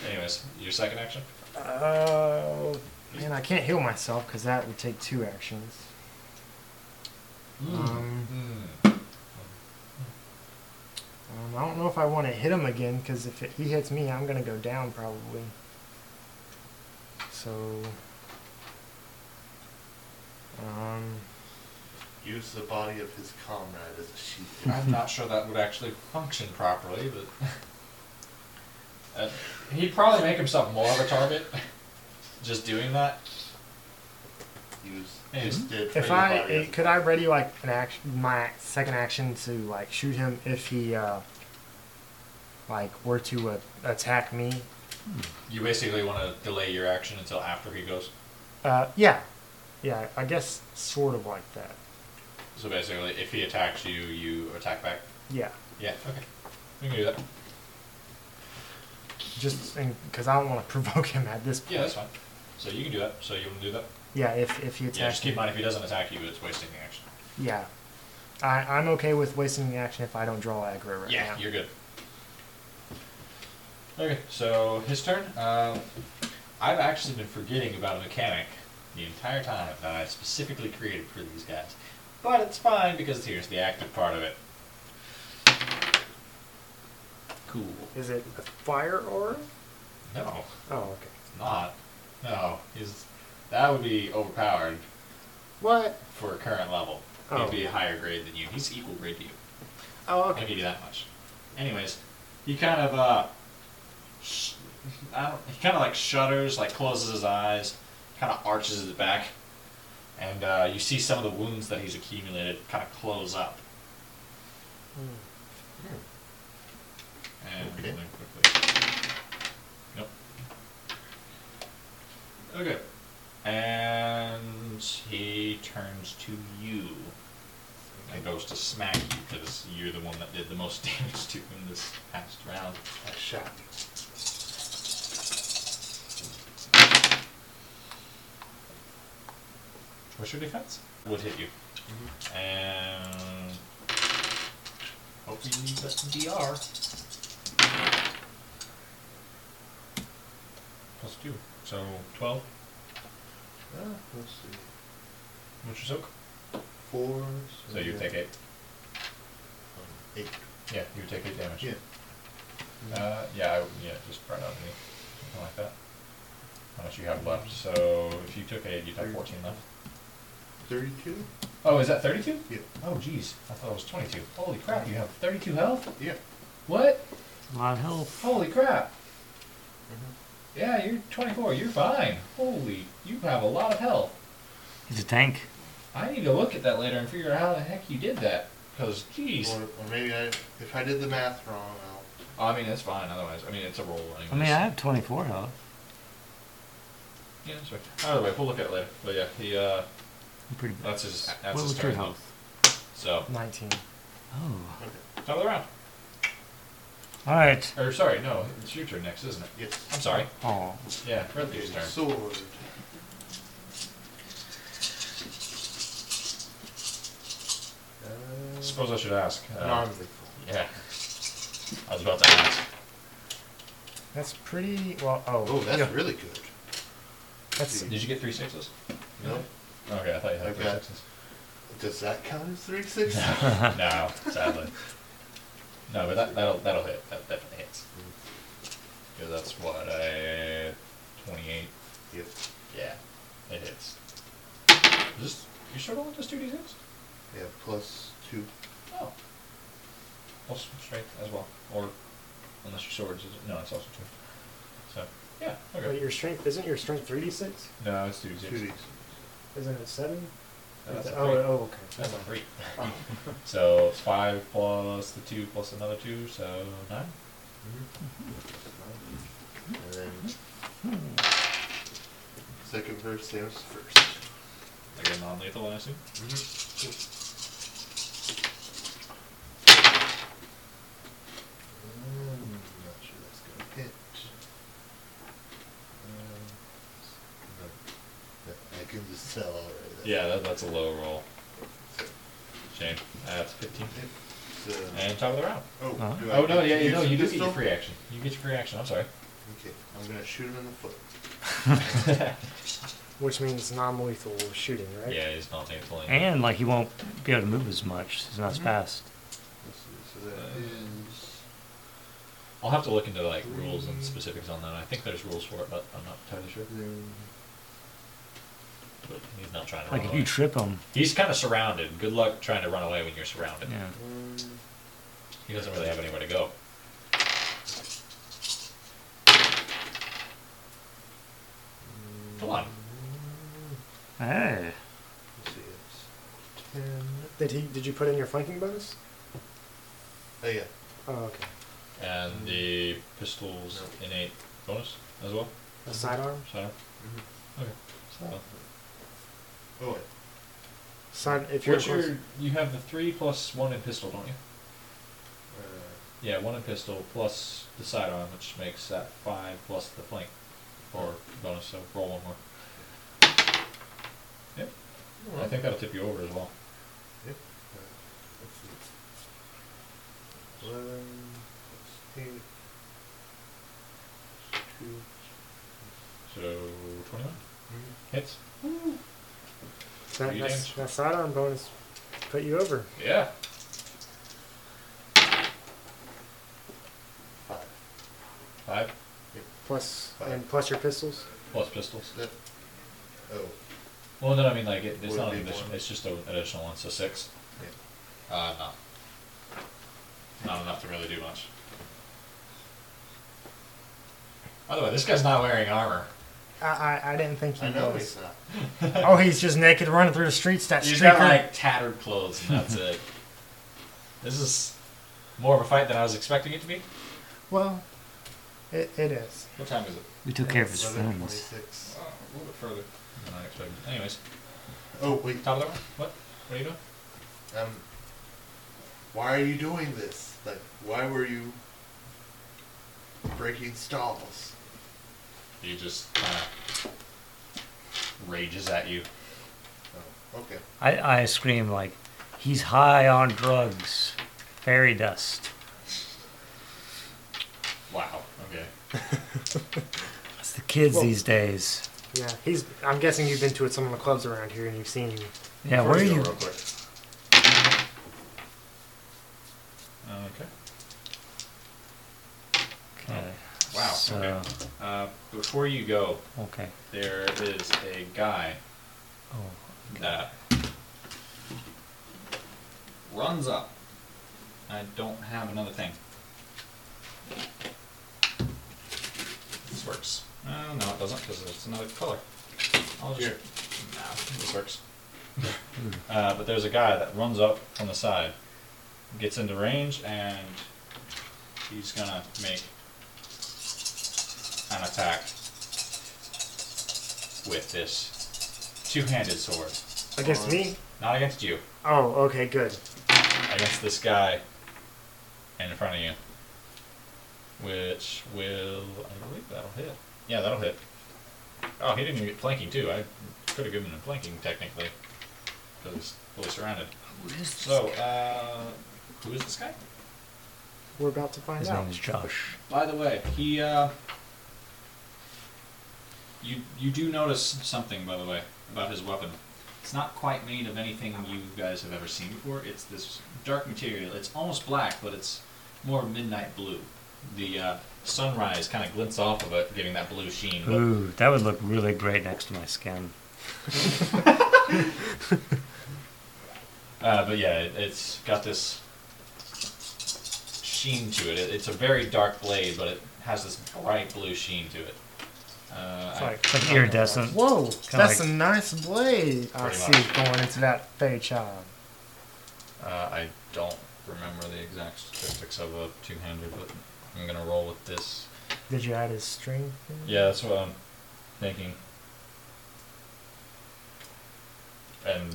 Speaker 1: Anyways, your second action.
Speaker 2: to. Oh. Man, I can't heal myself because that would take two actions.
Speaker 1: Mm.
Speaker 2: Um,
Speaker 1: Hmm.
Speaker 2: um, I don't know if I want to hit him again because if it, he hits me, I'm gonna go down probably. So. Um.
Speaker 5: Use the body of his comrade as a shield.
Speaker 1: I'm not sure that would actually function properly, but uh, he'd probably make himself more of a target just doing that.
Speaker 5: Use
Speaker 1: Mhm.
Speaker 5: just did for
Speaker 2: If
Speaker 5: your
Speaker 2: I
Speaker 5: body
Speaker 2: eh,
Speaker 5: as a-
Speaker 2: could, I ready like an action, my second action to like shoot him if he uh, like were to uh, attack me.
Speaker 1: You basically want to delay your action until after he goes.
Speaker 2: Uh, yeah, yeah, I guess sort of like that.
Speaker 1: So basically, if he attacks you, you attack back.
Speaker 2: Yeah,
Speaker 1: Yeah, okay. We can do that.
Speaker 2: just because I don't want to provoke him at this point.
Speaker 1: Yeah, that's fine. So you can do that. So you want to do that?
Speaker 2: Yeah, if if he attacks,
Speaker 1: Yeah, just keep in
Speaker 2: me.
Speaker 1: mind if he doesn't attack you, it's wasting the action.
Speaker 2: Yeah, I I'm okay with wasting the action if I don't draw aggro right
Speaker 1: Yeah,
Speaker 2: now.
Speaker 1: you're good. Okay, so his turn. Um, I've actually been forgetting about a mechanic the entire time that I specifically created for these guys. But it's fine because here's the active part of it. Cool.
Speaker 2: Is it a fire aura?
Speaker 1: No,
Speaker 2: Oh, okay.
Speaker 1: it's not. No, he's, that would be overpowered
Speaker 2: What?
Speaker 1: for current level.
Speaker 2: Oh.
Speaker 1: He'd be a higher grade than you. He's equal grade to you.
Speaker 2: Oh,
Speaker 1: I'll
Speaker 2: okay.
Speaker 1: give you that much. Anyways, he kind of uh, sh- I don't, he kind of like shudders, like closes his eyes, kind of arches his back, and uh, you see some of the wounds that he's accumulated kind of close up.
Speaker 2: Hmm.
Speaker 1: And
Speaker 5: Okay.
Speaker 1: really quickly. Yep. Okay. And he turns to you and goes to smack you because you're the one that did the most damage to him this past round.
Speaker 5: a shot.
Speaker 1: What's your defense? Would hit you. Mm-hmm. And hopefully you use that DR. Plus two. So twelve.
Speaker 5: Uh, let's see.
Speaker 1: What's your soak?
Speaker 5: Four.
Speaker 1: So you take eight.
Speaker 5: Eight.
Speaker 1: Yeah, you would take eight damage.
Speaker 5: Yeah.
Speaker 1: Uh, yeah, I, yeah, just right out of me, something like that. How much you have
Speaker 3: Mm-hmm.
Speaker 1: left? So if you took eight, you'd have fourteen left.
Speaker 5: Thirty-two.
Speaker 1: Oh, is that thirty-two?
Speaker 5: Yeah.
Speaker 1: Oh, jeez, I thought it was twenty-two. Holy crap, you have thirty-two health?
Speaker 5: Yeah.
Speaker 1: What?
Speaker 3: A lot of health.
Speaker 1: Holy crap.
Speaker 3: Mm-hmm.
Speaker 1: Yeah, you're 24. You're fine. Holy, you have a lot of health.
Speaker 3: He's a tank.
Speaker 1: I need to look at that later and figure out how the heck you did that. Because, geez.
Speaker 5: Or, or maybe I, if I did the math wrong, I'll
Speaker 1: I mean, that's fine otherwise. I mean, it's a roll anyways.
Speaker 3: I mean, I have 24 health.
Speaker 1: Yeah, that's right. Either way, we'll look at it later. But yeah, he, uh,
Speaker 3: I'm pretty.
Speaker 1: that's his, that's
Speaker 3: what
Speaker 1: his
Speaker 3: was
Speaker 1: turn.
Speaker 3: your health?
Speaker 1: So,
Speaker 2: Nineteen.
Speaker 3: Oh,
Speaker 5: Okay.
Speaker 1: Top of the round.
Speaker 3: All right.
Speaker 1: Or sorry, no, it's your turn next, isn't it? I'm
Speaker 5: Yes.
Speaker 1: sorry.
Speaker 3: Oh,
Speaker 1: Yeah, Redley's turn.
Speaker 5: Sword. Uh,
Speaker 1: Suppose I should ask. uh,
Speaker 5: Non-lethal.
Speaker 1: yeah. I was about to ask.
Speaker 2: That's pretty. Well, oh.
Speaker 5: Oh, that's
Speaker 2: yeah,
Speaker 5: really good.
Speaker 2: that's
Speaker 1: Did you get three sixes?
Speaker 5: No,
Speaker 1: Okay, I thought you had
Speaker 5: I
Speaker 1: three
Speaker 5: got-
Speaker 1: sixes.
Speaker 5: does that count as three sixes?
Speaker 1: no, sadly. No, but that, that'll that'll hit. That definitely hits. Because that's what a twenty-eight.
Speaker 5: Yep.
Speaker 1: Yeah, it hits. Is this you sure rolling just two d six?
Speaker 5: Yeah, plus two.
Speaker 1: Oh. Plus strength as well, or unless your swords is no, it's also two. So yeah,
Speaker 2: Wait,
Speaker 1: okay.
Speaker 2: your strength isn't your strength three d six?
Speaker 1: No, it's two d
Speaker 5: Two
Speaker 1: six.
Speaker 5: D's.
Speaker 2: Isn't it seven?
Speaker 1: No, that's a
Speaker 2: oh,
Speaker 1: three.
Speaker 2: oh, okay.
Speaker 1: That's a three. so it's five plus the two plus another two, so nine.
Speaker 5: And then second verse, same as first.
Speaker 1: Again, non-lethal, I assume.
Speaker 5: Mm, I'm not sure that's gonna hit. Um, no. No, I can just tell already. that's-
Speaker 1: Yeah, that, that's a low roll. Shame. That's 15.
Speaker 5: So,
Speaker 1: And top of the round.
Speaker 5: oh,
Speaker 3: Huh?
Speaker 5: do I
Speaker 1: Oh, no,
Speaker 5: get to
Speaker 1: yeah,
Speaker 5: use
Speaker 1: no,
Speaker 5: the
Speaker 1: you do get your
Speaker 5: pistol?
Speaker 1: free action. You get your free action, I'm sorry.
Speaker 5: Okay, I'm gonna shoot him in the foot.
Speaker 2: Which means non-lethal shooting, right?
Speaker 1: Yeah, he's not lethal. anymore.
Speaker 3: and like he won't be able to move as much. He's not as fast.
Speaker 5: Let's see, so that
Speaker 1: Uh,
Speaker 5: is
Speaker 1: I'll have to look into like rules and specifics on that. I think there's rules for it, but I'm not entirely sure.
Speaker 5: then
Speaker 1: But he's not trying to
Speaker 3: Like
Speaker 1: run
Speaker 3: if
Speaker 1: away.
Speaker 3: you trip him,
Speaker 1: he's kind of surrounded. Good luck trying to run away when you're surrounded.
Speaker 3: yeah.
Speaker 5: one,
Speaker 1: He doesn't really have anywhere to go. Come on.
Speaker 3: Hey,
Speaker 5: let's see, it's ten.
Speaker 2: Mm, Did he? Did you put in your flanking bonus?
Speaker 5: Oh yeah,
Speaker 2: Oh, okay.
Speaker 1: And
Speaker 2: Mm.
Speaker 1: the pistol's innate bonus as well.
Speaker 2: A sidearm.
Speaker 1: So,
Speaker 5: mhm.
Speaker 1: okay. So,
Speaker 5: Oh wait,
Speaker 2: Side. If you're
Speaker 1: What's
Speaker 2: close-
Speaker 1: your? You have the three plus one in pistol, don't you?
Speaker 5: uh,
Speaker 1: Yeah, one in pistol plus the sidearm, which makes that five plus the flank or bonus. So roll one more. Yep. I think that'll tip you over as well.
Speaker 5: yep. Uh, let's see. Eleven plus eight. plus Two.
Speaker 1: So twenty-one
Speaker 5: mhm.
Speaker 1: hits.
Speaker 2: that,
Speaker 1: you
Speaker 2: that's-
Speaker 1: damage.
Speaker 2: that sidearm bonus put you over.
Speaker 1: Yeah.
Speaker 5: Five.
Speaker 1: Five
Speaker 2: Plus-
Speaker 5: Five.
Speaker 2: and plus your pistols.
Speaker 1: plus pistols.
Speaker 5: That, oh,
Speaker 1: Well, then I mean like it, it's
Speaker 5: Would
Speaker 1: not
Speaker 5: be
Speaker 1: an addition.
Speaker 5: one.
Speaker 1: It's just an additional one. So six.
Speaker 5: yeah.
Speaker 1: Uh, no. Not enough to really do much. By the way, this guy's not wearing armor.
Speaker 2: I I, I didn't think he
Speaker 5: I know
Speaker 2: was.
Speaker 5: he's not.
Speaker 2: oh, he's just naked running through the streets. That
Speaker 1: He's
Speaker 2: street
Speaker 1: got
Speaker 2: rat.
Speaker 1: like tattered clothes, and that's it. This is more of a fight than I was expecting it to be.
Speaker 2: Well, it, it is.
Speaker 1: What time is it?
Speaker 3: we took care of his
Speaker 5: Eleven
Speaker 3: friends.
Speaker 5: twenty-six.
Speaker 1: Uh, a little bit further than I expected. Anyways,
Speaker 5: Oh wait,
Speaker 1: top of the round. What? What are you doing?
Speaker 5: um, why are you doing this? Like, why were you breaking stalls?
Speaker 1: He just kind of rages at you.
Speaker 5: Oh, okay.
Speaker 3: I, I scream like, he's high on drugs, fairy dust.
Speaker 1: Wow. Okay.
Speaker 3: It's the kids
Speaker 2: Well-
Speaker 3: these days.
Speaker 2: Yeah, he's. I'm guessing you've been to some of the clubs around here and you've seen him.
Speaker 3: Yeah,
Speaker 1: Let's
Speaker 3: where are
Speaker 1: go
Speaker 3: you?
Speaker 1: Real quick. Okay.
Speaker 3: Okay.
Speaker 1: Wow,
Speaker 3: So,
Speaker 1: Uh, before you go,
Speaker 3: okay.
Speaker 1: there is a guy
Speaker 3: Oh,
Speaker 1: that runs up. I don't have another thing. This works. Uh, no, it doesn't because it's another color. I'll just.
Speaker 5: Here.
Speaker 1: No, this works. uh, but there's a guy that runs up from the side, gets into range, and he's gonna make an attack with this two-handed sword.
Speaker 2: Against me?
Speaker 1: Not against you.
Speaker 2: Oh, okay, good.
Speaker 1: Against this guy and in front of you, which will I believe that'll hit. Yeah, that'll hit. Oh, he didn't even get flanking too. I could have given him flanking technically because he's fully surrounded. So, uh, who is this guy?
Speaker 2: We're about to find
Speaker 3: His
Speaker 2: out.
Speaker 3: name is Josh.
Speaker 1: By the way, he uh, you you do notice something by the way about his weapon. It's not quite made of anything you guys have ever seen before. It's this dark material. It's almost black, but it's more midnight blue. The uh, sunrise kind of glints off of it, giving that blue sheen. But
Speaker 3: Ooh, that would look really great next to my skin.
Speaker 1: Uh, but yeah, it, it's got this sheen to it. it. It's a very dark blade, but it has this bright blue sheen to it. Uh,
Speaker 2: It's
Speaker 1: I-
Speaker 2: like,
Speaker 3: It's like iridescent.
Speaker 2: whoa, that's
Speaker 3: like-
Speaker 2: a nice blade. I
Speaker 1: Pretty
Speaker 2: see
Speaker 1: much.
Speaker 2: going into that um, fey child.
Speaker 1: uh, I don't remember the exact statistics of a two-hander, but I'm gonna roll with this.
Speaker 2: Did you add his string?
Speaker 1: Yeah, that's what I'm thinking. And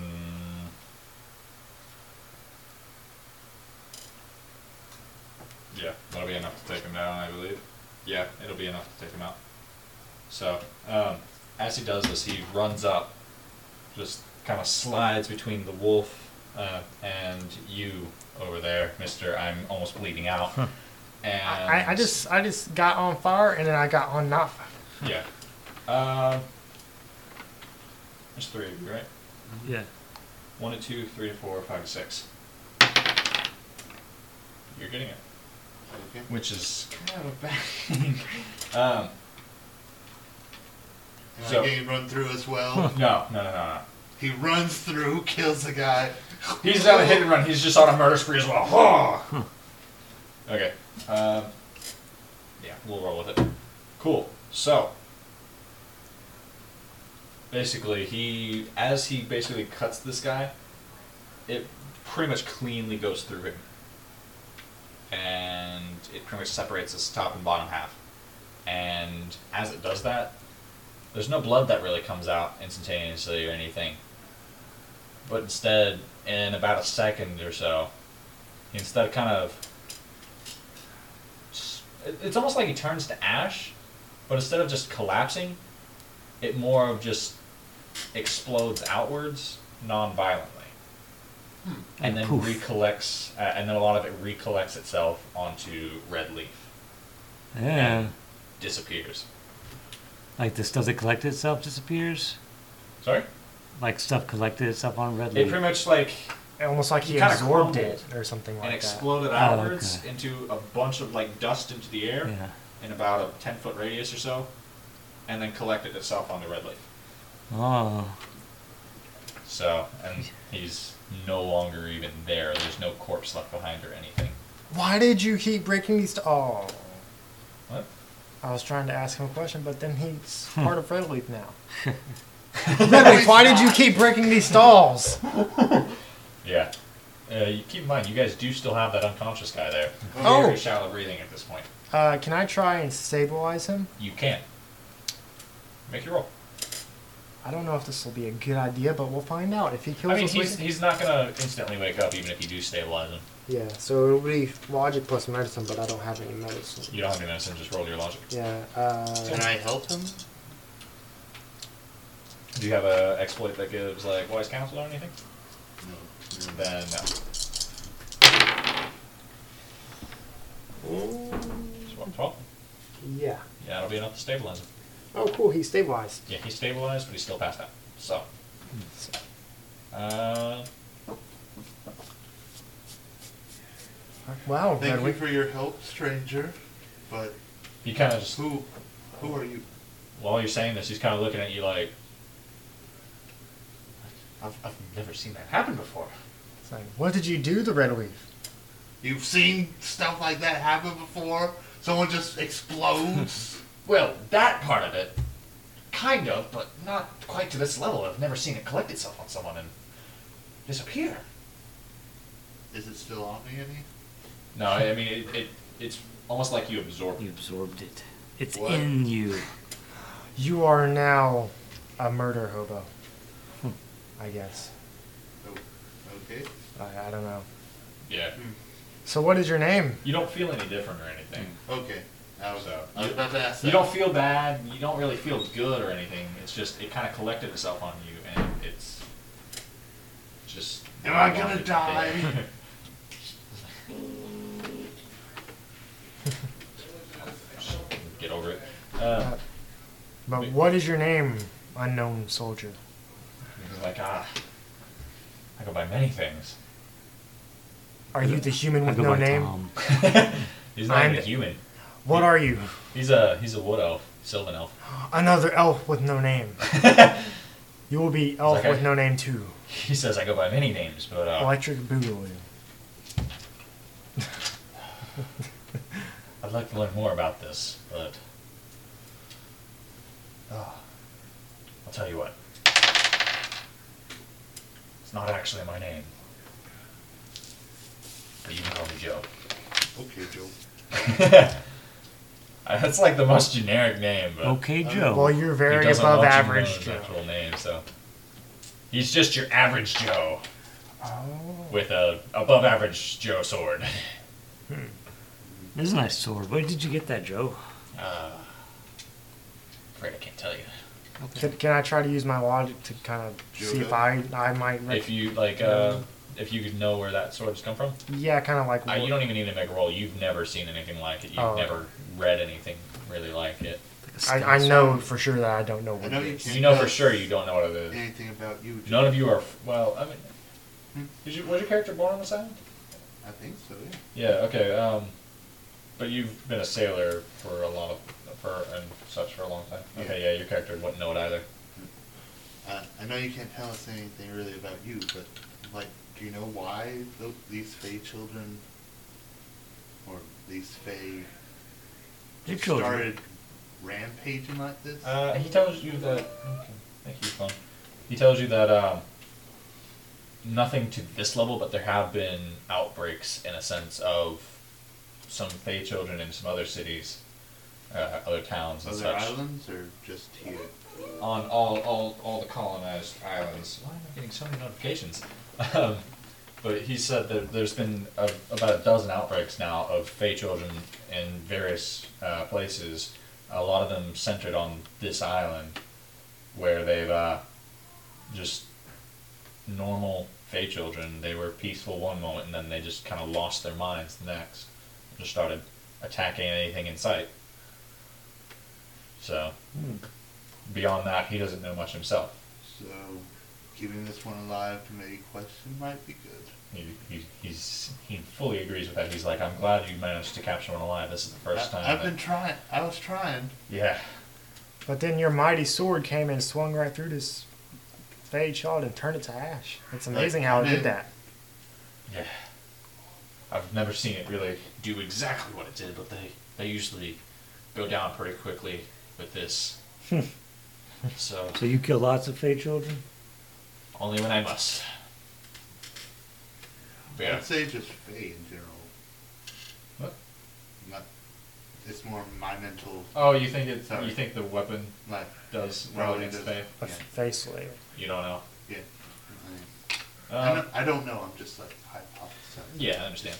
Speaker 1: yeah, that'll be enough to take him down, I believe. Yeah, it'll be enough to take him out. So um, as he does this, he runs up, just kind of slides between the wolf uh, and you over there, Mister. I'm almost bleeding out. and
Speaker 2: I, I- I just I just got on fire and then I got on not fire.
Speaker 1: yeah. Um, there's three of you, right?
Speaker 3: Yeah.
Speaker 1: One and two, three and four, five and six. You're getting it.
Speaker 5: Okay.
Speaker 1: Which is kind of a bad um,
Speaker 5: And
Speaker 1: So-
Speaker 5: I get run through as well.
Speaker 1: no, no, no, no,
Speaker 5: he runs through, kills the guy.
Speaker 1: no. He's not a hit and run. He's just on a murder spree as well. Huh. okay. Um, yeah, we'll roll with it. Cool. So, basically, he as he basically cuts this guy, it pretty much cleanly goes through him, and it pretty much separates his top and bottom half. And as it does that, there's no blood that really comes out instantaneously or anything. But instead, in about a second or so, he instead kind of it- it's almost like he turns to ash, but instead of just collapsing, it more of just explodes outwards non-violently, and then
Speaker 3: poof.
Speaker 1: recollects, uh, and then a lot of it recollects itself onto red leaf,
Speaker 3: yeah.
Speaker 1: disappears.
Speaker 3: Like the stuff that collected itself disappears.
Speaker 1: Sorry,
Speaker 3: Like stuff collected itself on red
Speaker 1: it
Speaker 3: leaf.
Speaker 1: pretty much like
Speaker 2: Almost like
Speaker 1: He
Speaker 2: he,
Speaker 1: kinda
Speaker 2: absorbed
Speaker 1: crumbled
Speaker 2: it or something like
Speaker 1: and
Speaker 2: that.
Speaker 1: exploded
Speaker 3: Oh,
Speaker 1: outwards
Speaker 3: okay.
Speaker 1: into a bunch of like dust into the air
Speaker 3: yeah.
Speaker 1: in about a ten foot radius or so, and then collected itself onto red leaf.
Speaker 3: Oh.
Speaker 1: So, and he's no longer even there. There's no corpse left behind or anything.
Speaker 2: Why did you keep breaking these? T- oh,
Speaker 1: What?
Speaker 2: I was trying to ask him a question, but then he's part of Red Leaf now.
Speaker 5: No, he's
Speaker 2: Why did you
Speaker 5: not.
Speaker 2: keep breaking these stalls?
Speaker 1: Yeah. Uh, you keep in mind, you guys do still have that unconscious guy there.
Speaker 2: Oh.
Speaker 1: Very shallow breathing at this point.
Speaker 2: Uh, can I try and stabilize him?
Speaker 1: You can. Make your roll.
Speaker 2: I don't know if this will be a good idea, but we'll find out. If he kills
Speaker 1: I mean,
Speaker 2: us,
Speaker 1: he's,
Speaker 2: we-
Speaker 1: he's not gonna instantly wake up even if you do stabilize him.
Speaker 2: yeah. So it'll be logic plus medicine, but I don't have any medicine.
Speaker 1: You don't have any medicine, just roll your logic.
Speaker 2: Yeah.
Speaker 5: Can
Speaker 2: Uh,
Speaker 5: I help him?
Speaker 1: Do you have a exploit that gives, like, wise counsel or anything?
Speaker 5: No.
Speaker 1: Then no. So what, 12?
Speaker 2: yeah.
Speaker 1: Yeah, that'll be enough to stabilize him.
Speaker 2: Oh, cool. He stabilized.
Speaker 1: Yeah, he's stabilized, but he's still passed out. So. Uh,
Speaker 2: Wow.
Speaker 5: Thank
Speaker 2: Red
Speaker 5: you
Speaker 2: Leaf.
Speaker 5: for your help, stranger. But
Speaker 1: he kind of just.
Speaker 5: who, who are you?
Speaker 1: While you're saying this, he's kind of looking at you like. I've, I've never seen that happen before.
Speaker 2: It's like, what did you do to Red Leaf?
Speaker 5: You've seen stuff like that happen before. Someone just explodes.
Speaker 1: Well, that part of it. Kind of, but not quite to this level. I've never seen it collect itself on someone and disappear.
Speaker 5: Is it still on me? Any?
Speaker 1: No, I mean, it, it it's almost like you absorb
Speaker 3: You absorbed it. It's
Speaker 5: What?
Speaker 3: in you.
Speaker 2: You are now a murder hobo. I guess.
Speaker 5: Oh, okay.
Speaker 2: I, I don't know.
Speaker 1: Yeah.
Speaker 2: So what is your name?
Speaker 1: You don't feel any different or anything.
Speaker 5: Okay. I was,
Speaker 1: So,
Speaker 5: I was about to ask that.
Speaker 1: You don't feel bad. You don't really feel good or anything. It's just it kind of collected itself on you, and it's just.
Speaker 5: Am I gonna die?
Speaker 1: Get over it. Uh,
Speaker 2: But what is your name, unknown soldier?
Speaker 1: he's like ah, I go by many things.
Speaker 2: Are you the human
Speaker 3: I
Speaker 2: with
Speaker 3: go
Speaker 2: no
Speaker 3: by
Speaker 2: name?
Speaker 3: Tom.
Speaker 1: He's not even
Speaker 2: I'm-
Speaker 1: a human.
Speaker 2: What are you?
Speaker 1: He's a he's a wood elf, sylvan elf.
Speaker 2: Another elf with no name. you will be elf
Speaker 1: Okay.
Speaker 2: with no name too.
Speaker 1: He says I go by many names, but uh,
Speaker 2: Electric Boogaloo.
Speaker 1: I'd like to learn more about this. But Ah, I'll tell you what, it's not actually my name, but you can call me Joe.
Speaker 5: Okay, Joe.
Speaker 1: That's like the most generic name, but
Speaker 3: Okay, Joe.
Speaker 2: Well, you're
Speaker 1: Oh. he
Speaker 2: very
Speaker 1: doesn't
Speaker 2: above
Speaker 1: want you to know
Speaker 2: average,
Speaker 1: his
Speaker 2: Joe.
Speaker 1: actual name, so he's just your average Joe
Speaker 2: Oh.
Speaker 1: with a above average Joe sword.
Speaker 3: This is a nice sword. Where did you get that, Joe?
Speaker 1: Uh, afraid I can't tell you.
Speaker 2: Can, can I try to use my logic to kind of see if I I might? Rec-
Speaker 1: If you like, uh, if you could know where that sword's come from,
Speaker 2: yeah, kind of like.
Speaker 1: uh, you
Speaker 2: what-
Speaker 1: don't even need to make a roll. You've never seen anything like it. You've
Speaker 2: Oh.
Speaker 1: never read anything really like it.
Speaker 2: I, I know for sure that I don't know what
Speaker 5: know
Speaker 2: it
Speaker 5: you
Speaker 2: is.
Speaker 5: can't-
Speaker 1: You know for sure you don't know what it is.
Speaker 5: Anything about you, Joe?
Speaker 1: None of you are. Well, I mean, did you, was your character born on this island?
Speaker 5: I think so, yeah.
Speaker 1: Yeah. Okay. Um, but you've been a sailor for a lot of for and such for a long time. Okay. Yeah. Your character wouldn't know it either.
Speaker 5: Uh, I know you can't tell us anything really about you, but like, do you know why tho- these Fey children or these Fey
Speaker 3: Your children.
Speaker 5: started rampaging like this?
Speaker 1: Uh, he tells you that. Okay, thank you, phone. He tells you that um, nothing to this level, but there have been outbreaks in a sense of some Fey children in some other cities, uh, other towns, and
Speaker 5: Other
Speaker 1: such
Speaker 5: islands or just here?
Speaker 1: on all, all, all the colonized islands. Why am I getting so many notifications? Um, but he said that there's been a, about a dozen outbreaks now of Fey children in various uh, places. A lot of them centered on this island, where they've uh, just normal Fey children. They were peaceful one moment, and then they just kind of lost their minds the next. Just started attacking anything in sight. So beyond that, he doesn't know much himself.
Speaker 5: So, keeping this one alive to maybe question might be good.
Speaker 1: He, he, he's, he fully agrees with that. He's like, I'm glad you managed to capture one alive. This is the first
Speaker 5: I,
Speaker 1: time.
Speaker 5: I've
Speaker 1: that-"
Speaker 5: been trying. I was trying.
Speaker 1: yeah.
Speaker 2: But then your mighty sword came and swung right through this fade shot and turned it to ash. It's amazing how it did that.
Speaker 1: Yeah. I've never seen it really do exactly what it did, but they, they usually go down pretty quickly with this. so,
Speaker 3: So you kill lots of Fey children?
Speaker 1: only when I must. But yeah.
Speaker 5: I'd say just Fey in general.
Speaker 1: What?
Speaker 5: Not, it's more my mental,
Speaker 1: Oh, you think it?
Speaker 5: Sorry.
Speaker 1: You think the weapon
Speaker 5: like,
Speaker 1: does well
Speaker 5: Probably
Speaker 1: against
Speaker 5: does.
Speaker 1: Faye?
Speaker 2: A
Speaker 5: Yeah.
Speaker 2: face slayer.
Speaker 1: You don't know.
Speaker 5: yeah. I,
Speaker 1: Um,
Speaker 5: don't, I don't know. I'm just like hypothesizing.
Speaker 1: yeah, I understand.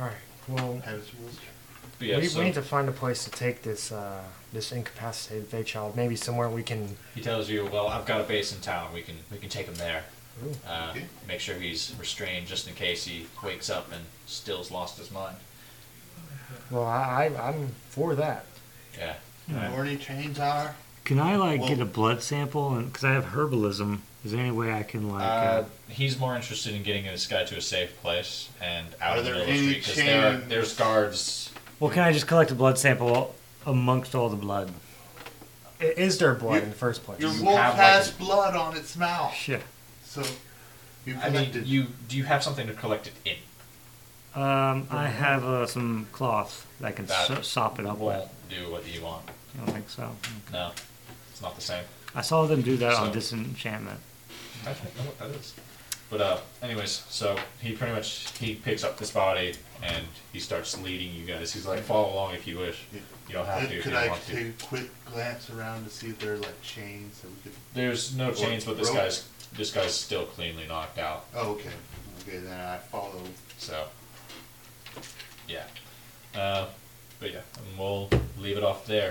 Speaker 2: All right. Well,
Speaker 5: I was- was-
Speaker 1: But yeah,
Speaker 2: we,
Speaker 1: so
Speaker 2: we need to find a place to take this uh, this incapacitated fade child. Maybe somewhere we can.
Speaker 1: He tells you, "Well, I've got a base in town. We can we can take him there.
Speaker 2: Ooh.
Speaker 1: Uh,
Speaker 5: Okay.
Speaker 1: Make sure he's restrained, just in case he wakes up and still's lost his mind."
Speaker 2: Well, I, I I'm for that.
Speaker 1: Yeah.
Speaker 5: Morning chains are.
Speaker 3: Can I like
Speaker 5: Well-
Speaker 3: get a blood sample? Because I have herbalism. Is there any way I can like?
Speaker 1: Uh,
Speaker 3: Uh,
Speaker 1: he's more interested in getting this guy to a safe place and out
Speaker 5: Are
Speaker 1: in the
Speaker 5: there
Speaker 1: middle of the
Speaker 5: any
Speaker 1: street because there are,
Speaker 5: chains?
Speaker 1: there's guards.
Speaker 3: well, can I just collect a blood sample amongst all the blood?
Speaker 2: I- Is there blood
Speaker 5: You-
Speaker 2: in the first place?
Speaker 5: Your
Speaker 1: you
Speaker 5: wolf
Speaker 1: have, like,
Speaker 5: has
Speaker 1: a-
Speaker 5: blood on its mouth.
Speaker 3: Shit.
Speaker 5: So you
Speaker 1: I mean,
Speaker 5: collected.
Speaker 1: you do you have something to collect it in?
Speaker 3: Um, I have uh, some cloth that I can
Speaker 1: That
Speaker 3: so- sop it up
Speaker 1: Won't
Speaker 3: with.
Speaker 1: do what you want.
Speaker 3: I don't think so.
Speaker 1: No, it's not the same.
Speaker 3: I saw them do that on
Speaker 1: So-
Speaker 3: disenchantment.
Speaker 1: I don't know what that is. But uh, anyways, so he pretty much he picks up this body and he starts leading you guys. He's like, follow along if you wish.
Speaker 5: Yeah.
Speaker 1: You don't have
Speaker 5: Uh,
Speaker 1: to if you
Speaker 5: could
Speaker 1: don't
Speaker 5: I
Speaker 1: want to.
Speaker 5: take a quick glance around to see if there are like chains that we could?
Speaker 1: There's no chains, but this
Speaker 5: rope?
Speaker 1: guy's this guy's still cleanly knocked out.
Speaker 5: Oh, okay. Okay, then I follow.
Speaker 1: So Yeah. Uh, but yeah, and we'll leave it off there.